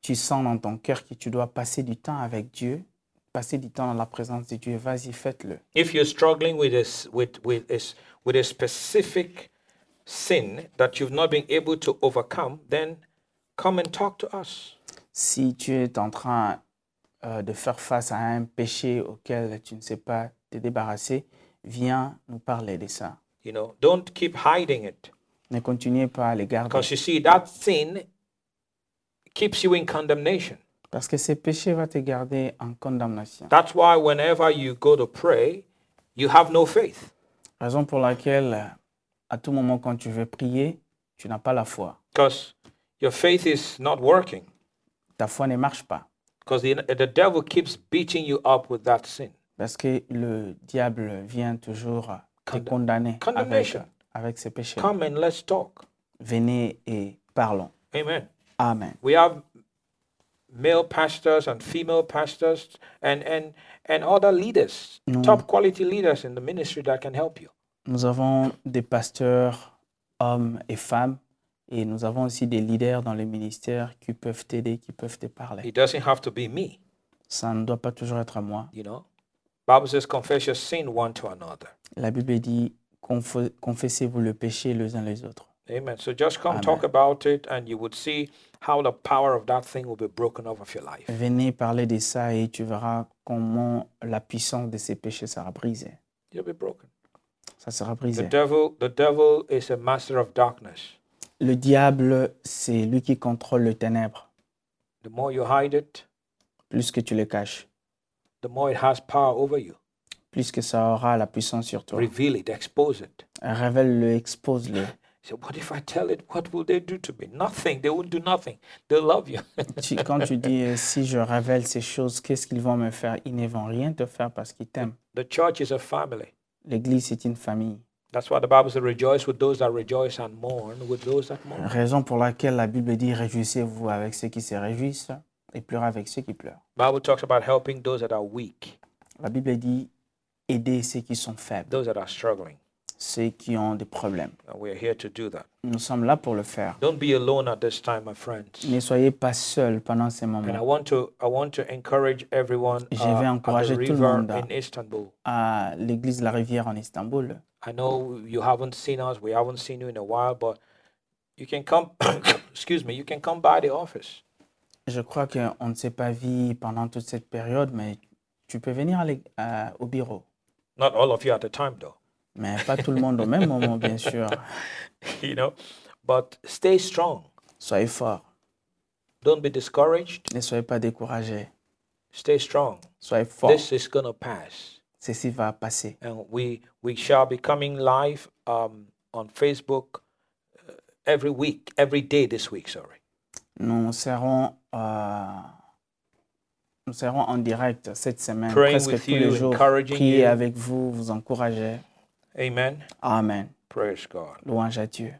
tu sens dans ton cœur que tu dois passer du temps avec Dieu, passer du temps dans la présence de Dieu, vas-y, faites-le. If you're struggling with a, s- with, with, a, s- with a specific sin that you've not been able to overcome, then come and talk to us. Si tu es en train euh, de faire face à un péché auquel tu ne sais pas te débarrasser, viens nous parler de ça. You know, don't keep hiding it Ne continuez pas à les garder. because you see that sin keeps you in condemnation. Parce que ce péché va te garder en condamnation. That's why whenever you go to pray, you have no faith Raison pour laquelle, euh, à tout moment quand tu veux prier, tu n'as pas la foi. because your faith is not working Ta foi ne marche pas. because the, the devil keeps beating you up with that sin. Parce que le diable vient toujours euh, te Condam- condamner avec, condamnation. avec ce péché. Come and let's talk. Venez et parlons. Amen. Amen. We have male pastors and female pastors and, and, and other leaders, top quality leaders in the ministry that can help you. Nous avons des pasteurs, hommes et femmes, et nous avons aussi des leaders dans les ministères qui peuvent t'aider, qui peuvent te parler. It doesn't have to be me, Ça ne doit pas toujours être à moi. you know. Bible says confess your sin one to another. La Bible dit Conf- confessez-vous le péché les uns les autres. Amen. So just come talk about it and you would see how the power of that thing will be broken off of your life. Venez parler de ça et tu verras comment la puissance de ces péchés sera brisée. You'll be broken. Ça sera The brisé. devil the devil is a master of darkness. Le diable, c'est lui qui contrôle le ténèbre. The more you hide it, Plus que tu le caches, the more it has power over you. plus que ça aura la puissance sur toi. Reveal it, expose it. Révèle-le, expose-le. So what if I tell it? What will they do to me? Nothing. They will do nothing. They'll love you. Tu- quand tu dis euh, si je révèle ces choses, qu'est-ce qu'ils vont me faire Ils ne vont rien te faire parce qu'ils t'aiment. the church is a family. L'Église, c'est une famille. That's why the Bible says, rejoice with those that rejoice and mourn with those that mourn. Raison pour laquelle la Bible dit Réjouissez-vous avec ceux qui se réjouissent et pleurez avec ceux qui pleurent. Bible talks about helping those that are weak, La Bible dit Aidez ceux qui sont faibles, those that are struggling. ceux qui ont des problèmes. And we're here to do that. Nous sommes là pour le faire. Don't be alone at this time, my friends. Ne soyez pas seuls pendant ces And I moments. want to I want to encourage everyone Je uh, vais at the encourager tout le river monde. in Istanbul. À l'église de la rivière en Istanbul, I know you haven't seen us, we haven't seen you in a while, but you can come excuse me, you can come by the office. je crois qu'on ne s'est pas vu pendant toute cette période, mais tu peux venir à l'é- à- au bureau. Not all of you at a time though. Mais pas tout le monde au même moment, bien sûr. you know, but stay strong. Soyez forts. Don't be discouraged. Ne soyez pas découragés. Stay strong. Soyez forts. This is gonna pass. Ceci va passer. And we we shall be coming live um, on Facebook uh, every week, every day this week, sorry. Nous serons, euh, nous serons en direct cette semaine, Praying presque with tous you, les jours. encouraging Priez you. avec vous, vous encourager. Amen. Amen. Praise God. Louange à Dieu.